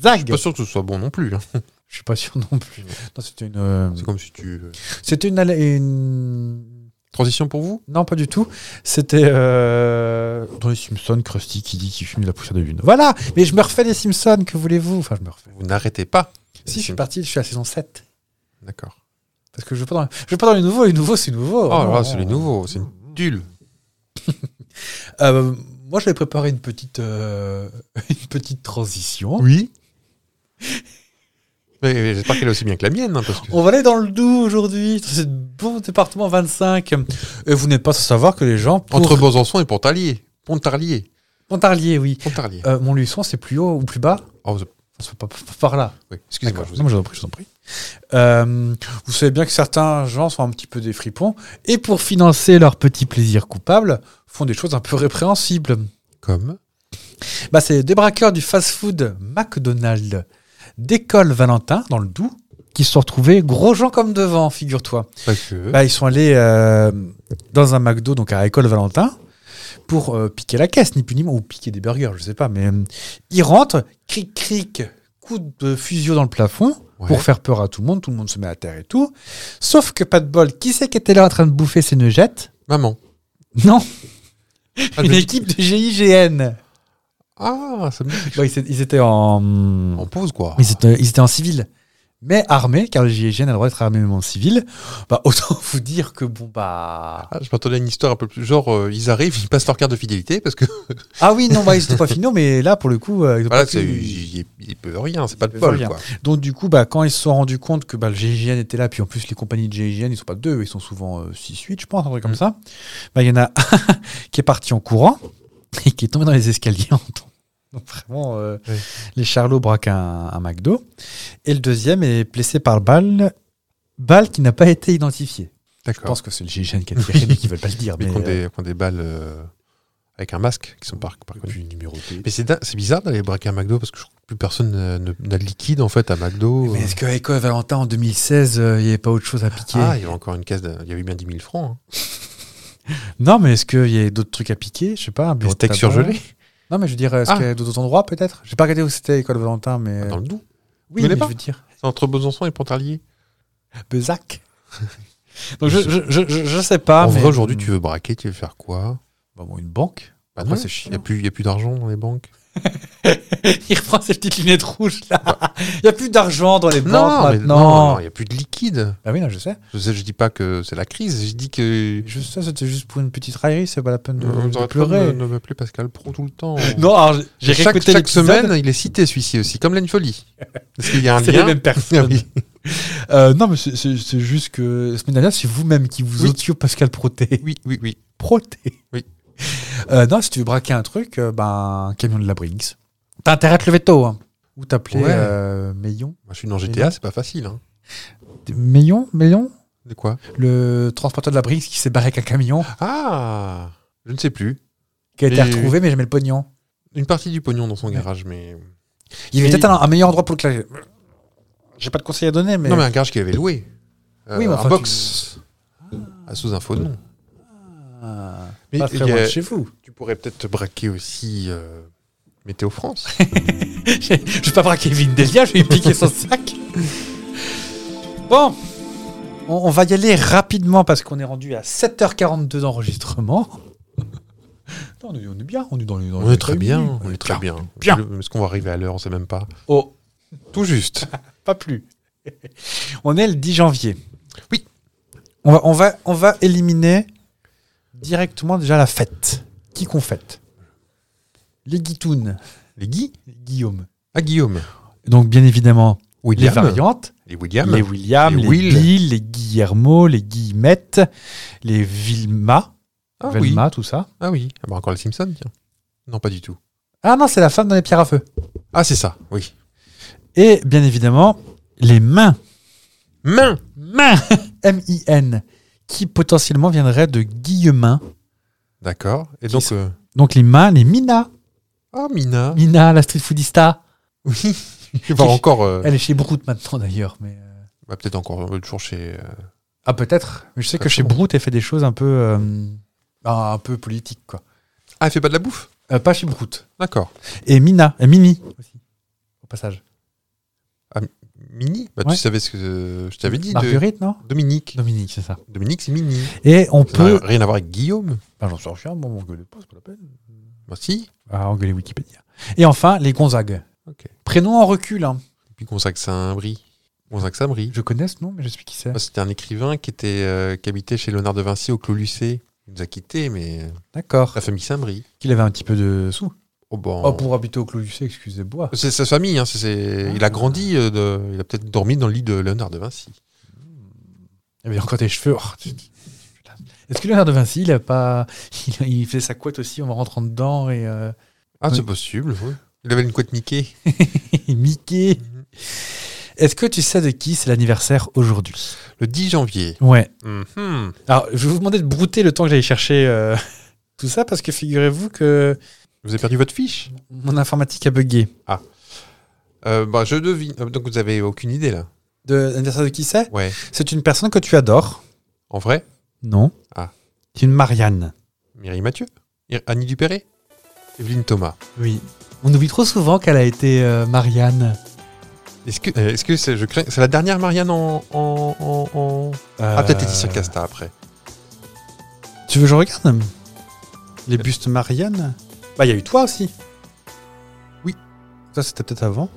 Zag.
pas sûr que ce soit bon non plus. hein.
Je suis pas sûr non plus. Non, c'était une. euh,
C'est comme si tu. euh,
C'était une, allé- une-
Transition pour vous
Non, pas du tout. C'était euh, dans les Simpsons, Krusty qui dit qu'il fume de la poussière de lune. Voilà Mais je me refais les Simpsons, que voulez-vous Enfin, je me refais.
Vous n'arrêtez pas.
Si, je suis parti, je suis à la saison 7.
D'accord.
Parce que je veux pas dans, je veux pas dans les nouveaux, les nouveaux, Ah, c'est nouveau.
Oh, là, c'est les nouveaux, c'est nul.
Euh, moi, j'avais préparé une petite, euh, (laughs) une petite transition. (laughs)
Oui.
Mais- mais J'espère qu'elle est aussi bien que la mienne. hein, parce que...
On va aller dans le Doubs aujourd'hui, dans ce beau département 25. Et vous n'êtes pas sans savoir que les gens, pour
Entre Besançon et Pontarlier. Pontarlier.
Pontarlier, oui.
Pontarlier.
Euh, Montluçon, c'est plus haut ou plus bas
Oh, vous-
On se fait pas pas- pas par là.
oui, Excusez-moi, je vous ai-
Non, mais je vous en prie, je vous en prie. Euh, vous savez bien que certains gens sont un petit peu des fripons et pour financer leur petit plaisir coupable, font des choses un peu répréhensibles.
Comme
Bah, c'est des braqueurs du fast-food McDonald's d'école Valentin, dans le Doubs, qui se sont retrouvés gros gens comme devant, figure-toi.
Parce que.
Bah, ils sont allés euh, dans un McDo, donc à École Valentin, pour euh, piquer la caisse, ni plus ni moins, ou piquer des burgers, je sais pas. Mais euh, ils rentrent, cric cric, coup de fusil dans le plafond
Ouais.
pour faire peur à tout le monde. Tout le monde se met à terre et tout. Sauf que pas de bol. Qui c'est qui était là en train de bouffer ses neugettes
Maman.
Non, (laughs)
Ah,
une
mais-
équipe de GIGN.
Ah, ça me dit quelque
Bon, ils, étaient- ils étaient en,
chose. En pause, quoi.
ils étaient, ils étaient en civil. Mais armés, car le GIGN a le droit d'être armé même en civil. Bah, autant (laughs) vous dire que bon bah.
Ah, je m'attendais à une histoire un peu plus. Genre, euh, ils arrivent, ils passent leur carte de fidélité parce que
Ah oui, non, bah, ils étaient pas finaux, mais là, pour le coup, euh, ils ont
voilà,
pas
c'est-
pu-
ils ils peuvent rien, c'est pas de
peuvent
bol.
rien.
Quoi.
Donc, du coup, bah, quand ils se sont rendus compte que bah, le GIGN était là, puis en plus, les compagnies de GIGN, ils sont pas deux, ils sont souvent 6-8, je pense, un truc
Mm.
comme ça, bah, il y en a (laughs) un qui est parti en courant (laughs) et qui est tombé dans les escaliers en tombant. Donc, vraiment, euh,
Oui.
les charlots braquent un, un McDo. Et le deuxième est blessé par balle, balle qui n'a pas été identifiée. Je
D'accord.
pense que c'est le GIGN qui a tiré, mais qu'ils veulent pas le dire.
Ah, (laughs) Mais
mais,
qu'on
euh,
des, qu'on des balles euh, avec un masque qui sont par, par
puis
Mais c'est da- c'est bizarre d'aller braquer un McDo parce que je crois que plus personne n'a- ne- n'a de liquide en fait à McDo.
Mais est-ce qu'à École Valentin en 2016, euh, il n'y avait pas autre chose à piquer
Ah, il y avait encore une caisse, de- il y avait bien 10 000 francs. hein.
Non, mais est-ce qu'il y a d'autres trucs à piquer Je sais pas, un bureau de
Des steaks
tabac
surgelés
Non, mais je veux dire, est-ce
Ah.
qu'il y a d'autres endroits peut-être J'ai pas regardé où c'était École Valentin, mais.
Dans le Doubs.
oui, mais
Vous connaissez
je
pas
veux dire.
C'est entre Besançon et Pontarlier. (laughs)
Bezac Donc je, je, je, je- je sais pas.
en
Ah, mais- hmm.
vrai, aujourd'hui, tu veux braquer, tu veux faire quoi
Bah, bon, une banque
Bah
Après,
non,
c'est chiant.
Il n'y a plus, il y a plus d'argent dans les banques.
(laughs) Il reprend ses petites lunettes rouges là. Il n'y a plus d'argent dans les banques
Bah. mais
maintenant.
non, il n'y a plus de liquide.
Ah oui, non, je sais.
Je sais, je dis pas que c'est la crise, je dis que.
Je sais, c'était juste pour une petite raillerie, c'est pas la peine de,
Euh,
de
Vous aurez pas de
pleurer.
de m'appeler Pascal Pro tout
(laughs)
le temps.
Non, alors j'ai
chaque,
réécouté
chaque
l'épisode.
semaine, il est cité celui-ci aussi, comme Laine Folie. Parce qu'il y a
(laughs)
un
C'est les
lien. (laughs)
mêmes personnes.
Ah oui.
Euh, non, mais c'est- c'est c'est juste que la semaine dernière, c'est vous-même qui vous
Oui.
étiez au Pascal Proté. (laughs)
Oui, oui, oui.
Proté.
Oui.
Euh, non, si tu veux braquer un truc, euh, ben, un camion de la Brinks. T'as intérêt à te lever tôt. Hein. Ou t'appeler
Ouais.
euh, Meillon.
Moi, je suis dans GTA, c'est pas facile. Hein.
Meillon Meillon
De quoi
Le transporteur de la Brinks qui s'est barré avec un camion,
Ah Je ne sais plus.
qui a été
Et-
retrouvé, mais jamais le pognon.
Une partie du pognon dans son
Ouais.
garage, mais.
Il y avait
Mais-
peut-être un, un meilleur endroit pour le clavier. J'ai pas de conseil à donner, mais.
Non, mais un garage qu'il avait loué. Euh,
Oui, mais
un
enfin,
box. Ah, sous un faux nom.
Ah,
Mais
pas
il
très
y
loin de
a-
chez vous.
tu pourrais peut-être te braquer aussi euh, Météo France.
Je vais pas braquer Kevin Delia, je vais lui piquer son sac. Bon, on, on va y aller rapidement parce qu'on est rendu à 7h42 d'enregistrement. (laughs) Non, on est, on est bien, (laughs) on est dans les. dans
on
les
est très
cinq minutes.
bien. On est très bien.
bien.
Le- Est-ce qu'on va arriver à l'heure On sait même pas.
Oh,
Tout juste.
(laughs) pas plus. on est le 10 janvier.
Oui.
On va, on va, on va éliminer directement déjà la fête. Qui qu'on fête Les Guitounes.
Les Guy
Guillaume.
Ah, Guillaume.
Donc, bien évidemment,
William.
les variantes.
Les William.
les William, les,
les Will.
Bill, les Guillermo, les Guillemette, les Vilma,
Ah oui.
Velma, tout ça.
Ah oui. Ah bah, encore les Simpsons, tiens. Non, pas du tout.
Ah non, c'est la femme dans les pierres à feu.
Ah, c'est ça, oui.
Et bien évidemment, les mains.
Main
(laughs) Main M-I-N. Qui potentiellement viendrait de Guillemin.
D'accord. Et donc.
Qui-
euh,
Donc les mains, les Mina.
Ah, Mina.
Mina, la street foodista. (laughs)
Oui. Enfin, encore. euh,
Elle est chez Brout maintenant d'ailleurs. Mais... euh,
bah, Peut-être encore euh, toujours chez. euh,
Ah peut-être. Mais je sais que
Peut-être
chez
bon.
Brout, elle fait des choses un peu, euh, un un peu politiques. Quoi.
Ah, elle fait pas de la bouffe
Euh, pas chez Brout.
D'accord.
Et Mina, et Mimi aussi, au passage.
Mini Bah,
Ouais.
Tu savais ce que. euh, je t'avais dit. de-
Marguerite, non
Dominique.
Dominique, c'est ça.
Dominique, c'est Mini.
Et on
Ça n'a
peut...
rien à voir avec Guillaume.
Ben, J'en sais rien, bon, on gueule pas, c'est pas la peine.
Bah, si.
Ah, engueuler Wikipédia. Et enfin, les Gonzague.
Ok.
Prénom en recul. Hein.
Et puis Gonzague Saint-Brie. Gonzague Saint-Brie.
Je connais ce nom, mais je sais qui c'est.
Ah, C'était un écrivain qui, était, euh, qui habitait chez Léonard de Vinci au Clos Lucé. Il nous a quittés, mais euh,
D'accord.
la famille Saint-Brie.
Qu'il avait un petit peu de sous.
Oh, bon.
Oh, pour Ah. habiter au Clos Lucé, excusez-moi.
C'est sa famille. Hein, c'est- c'est- Il a grandi. euh, de- Il a peut-être dormi dans le lit de Léonard de Vinci.
Il avait encore des cheveux. Oh, tu- tu- putain. Est-ce que Léonard de Vinci, il a pas. (laughs) Il, il faisait sa couette aussi en rentrant dedans et. euh,
Ah,
Oui.
c'est possible. oui. Il avait une couette (laughs) Mickey.
et Mickey. Est-ce que tu sais de qui c'est l'anniversaire aujourd'hui
Le 10 janvier.
Ouais.
Mhm.
Alors, je vais vous demander de brouter le temps que j'allais chercher euh, (laughs) tout ça parce que figurez-vous que
Vous avez perdu votre fiche
mon informatique a bugué.
Euh, bah, Je devine. Euh, Donc, vous avez aucune idée, là
De l'anniversaire de qui c'est
Ouais.
C'est une personne que tu adores.
En vrai
Non.
Ah.
C'est une Marianne.
Mireille Mathieu Ir- Annie Dupéré Evelyne Thomas.
Oui. On oublie trop souvent qu'elle a été euh, Marianne.
Est-ce que, euh, est-ce que c'est, je crains, c'est la dernière Marianne en. en, en, en- Ah, peut-être Laetitia Casta après.
Euh, Tu veux que je regarde Les bustes Marianne Bah, il y a eu toi aussi. Oui. Ça, c'était peut-être avant.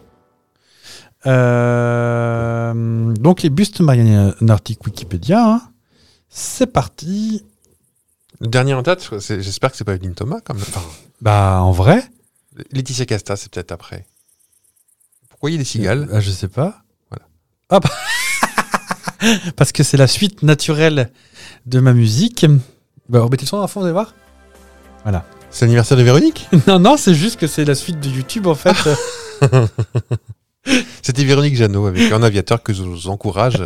Euh, donc, les bustes Marianne, il y a un article Wikipédia. hein. C'est parti.
Le dernier en date, c'est- j'espère que c'est pas Evelyne Thomas quand même. Enfin,
Bah, en vrai.
Laetitia Casta, c'est peut-être après. Pourquoi il y a des cigales
Ah, Je sais pas.
Voilà.
Ah, bah. (laughs) Parce que c'est la suite naturelle de ma musique. Bah, remettez le son à fond, vous allez voir. (laughs)
C'est l'anniversaire de Véronique
non, non, c'est juste que c'est la suite de YouTube, en fait.
C'était Véronique Jeannot avec un aviateur que je vous encourage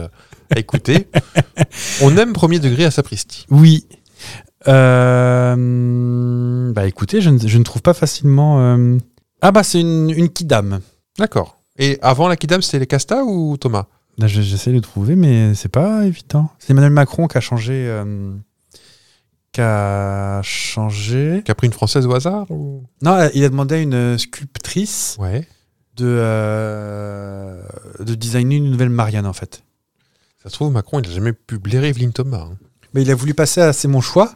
à
(laughs)
écouter. On aime premier degré à Sapristi.
Oui. Euh, Bah écoutez, je ne, je ne trouve pas facilement. euh, Ah bah c'est une, une kidam.
D'accord. Et avant la Kidam, c'était les Casta ou Thomas
Là je- j'essaie de trouver, mais c'est pas évident. C'est Emmanuel Macron qui a changé. euh, qui a changé.
Qui a pris une française au hasard ou...
Non, il a demandé à une sculptrice
Ouais.
de, euh, de designer une nouvelle Marianne en fait.
Ça se trouve, Macron, il n'a jamais pu blairer Evelyne Thomas. hein.
Mais il a voulu passer à C'est mon choix.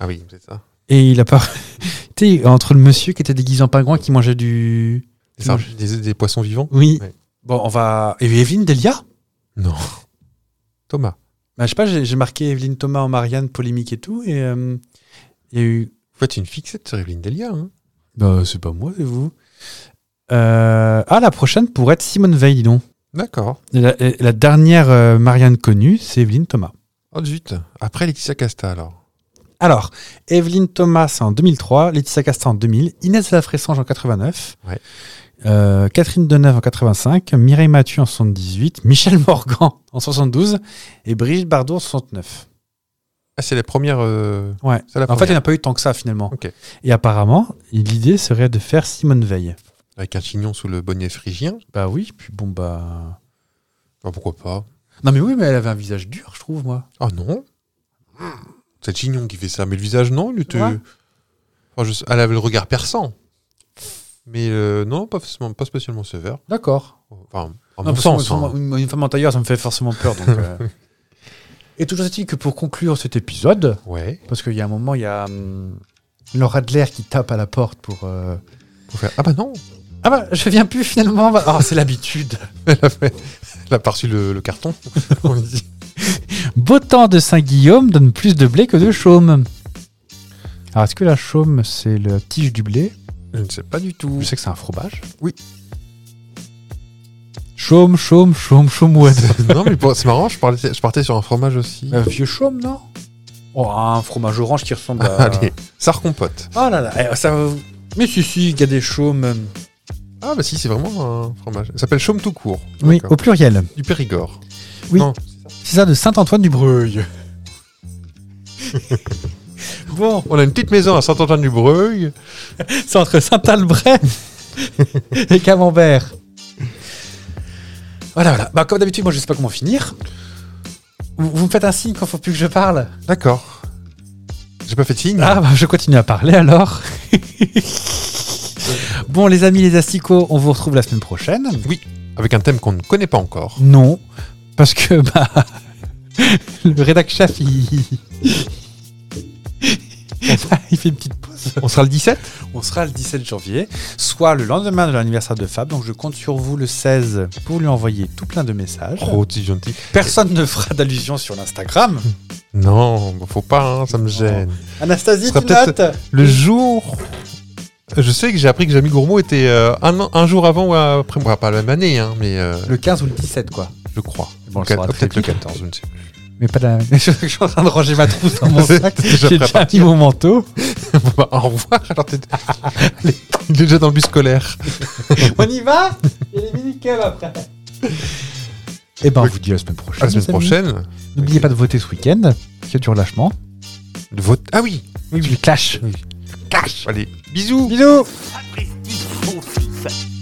Ah oui, c'est ça.
Et il a pas. (laughs) tu sais, entre le monsieur qui était déguisé en pingouin qui mangeait du.
Des, sarg- des- des poissons vivants
Oui.
Ouais.
Bon, on va. Et Evelyne Delia
Non. (laughs) Thomas.
Bah, je sais pas, j'ai j'ai marqué Evelyne Thomas en Marianne, polémique et tout, et euh, il y a eu.
Vous faites une fixette sur Evelyne Delia. hein.
Bah, c'est pas moi, c'est vous. Euh, ah, la prochaine pourrait être Simone Veil, dis donc.
D'accord.
Et la, et la dernière euh, Marianne connue, c'est Evelyne Thomas.
Oh zut. Après Laetitia Casta, alors.
Alors, Evelyne Thomas, c'est en 2003, Laetitia Casta en 2000, Inès Lafressange en 89,
Ouais.
euh, Catherine Deneuve en 85, Mireille Mathieu en 78, Michel Morgan (laughs) en 72 et Brigitte Bardot en 69.
Ah, c'est la première. euh,
Ah Ouais.
C'est la
En fait, il n'y
première.
en a pas eu tant que ça finalement.
Ok.
Et apparemment, l'idée serait de faire Simone Veil.
Avec un chignon sous le bonnet phrygien.
Bah oui, puis bon bah.
Ah, pourquoi pas
Non mais oui, mais elle avait un visage dur, je trouve moi.
Ah non. C'est le chignon qui fait ça. Mais le visage, non. Il était...
Ouais.
Enfin, je sais- Elle avait le regard perçant. Mais euh, non, pas, forcément- pas spécialement sévère.
D'accord.
Enfin, en
Ah,
mon sens. hein.
une, une femme en tailleur, ça me fait forcément peur. donc, euh. (laughs) Et toujours est-il que pour conclure cet épisode,
Ouais.
parce qu'il y a un moment, il y a hum, Laura Adler qui tape à la porte pour. euh,
Pour faire- Ah bah non. (laughs)
Ah bah, je viens plus finalement. bah- Ah, c'est l'habitude. (laughs)
Elle a, fait... elle a pas reçu le, le carton. On dit.
Beau temps de Saint-Guillaume donne plus de blé que de chaume. Alors, est-ce que la chaume, c'est la tige du blé
Je ne sais pas du tout.
Je sais que c'est un fromage.
Oui.
Chaume, chaume, chaume, chaumoine.
(laughs) non, mais pour- c'est marrant, je, parlais- je partais sur un fromage aussi.
Un vieux chaume, non Oh, un fromage orange qui ressemble à.
Allez, ça recompote.
Oh là là, eh, ça. Mais si, si, il y a des chaumes.
Ah, bah si, c'est vraiment un fromage. Ça s'appelle Chaume tout court.
Oui,
D'accord.
au pluriel.
Du Périgord.
Oui.
Non,
C'est ça de
(laughs)
Saint-Antoine-du-Breuil.
bon, on a une petite maison
(laughs)
à Saint-Antoine-du-Breuil.
C'est entre
(laughs)
Saint-Albret et Camembert.
Voilà, voilà. Bah, comme d'habitude, moi, je sais pas comment finir. Vous, vous me faites un signe quand faut plus que je parle.
D'accord. J'ai pas fait de signe
Ah, bah, je continue à parler
(laughs)
alors. bon, les amis, les asticots, on vous retrouve la semaine prochaine.
Avec un thème qu'on ne connaît pas encore.
Non, parce que (laughs) bah, le rédac chef, il... (laughs) il fait une petite pause.
On sera le 17
On sera le 17 janvier, soit le lendemain de l'anniversaire de Fab. Donc, je compte sur vous le 16 pour lui envoyer tout plein de messages.
Oh, t'es gentil.
Personne ne fera d'allusion sur
(laughs)
l'Instagram.
Non, bah, faut pas, hein, ça me gêne.
Anastasie,
Ce sera
tu
peut-être-
notes
Le jour. Je sais que j'ai appris que Jamie Gourmaud était euh, un, an- un jour avant ou après. Bon, pas la même année, hein, mais euh,
Le 15 ou le 17, quoi.
je crois.
Bon, on le
Peut-être-
saura très
Peut-être le
vite.
14, je ne sais plus.
Mais pas de la...
(laughs) je suis en train de ranger ma trousse dans
(laughs)
mon sac.
C'était déjà
J'ai
prêt à
déjà mis mon (laughs) manteau.
Bon, (laughs) bah, au revoir. Alors, t'es- (laughs) Allez, il est déjà dans le bus scolaire.
On y va Il y a les minicums après.
Et ben, on
Oui.
vous dit à la semaine
Ah,
prochaine.
À la semaine
les amis.
prochaine.
N'oubliez pas de voter ce week-end. Il y a du relâchement.
Le vote. Ah oui.
Oui, oui. clash.
Allez, bisous.
Bisous
Sapristi, faux fils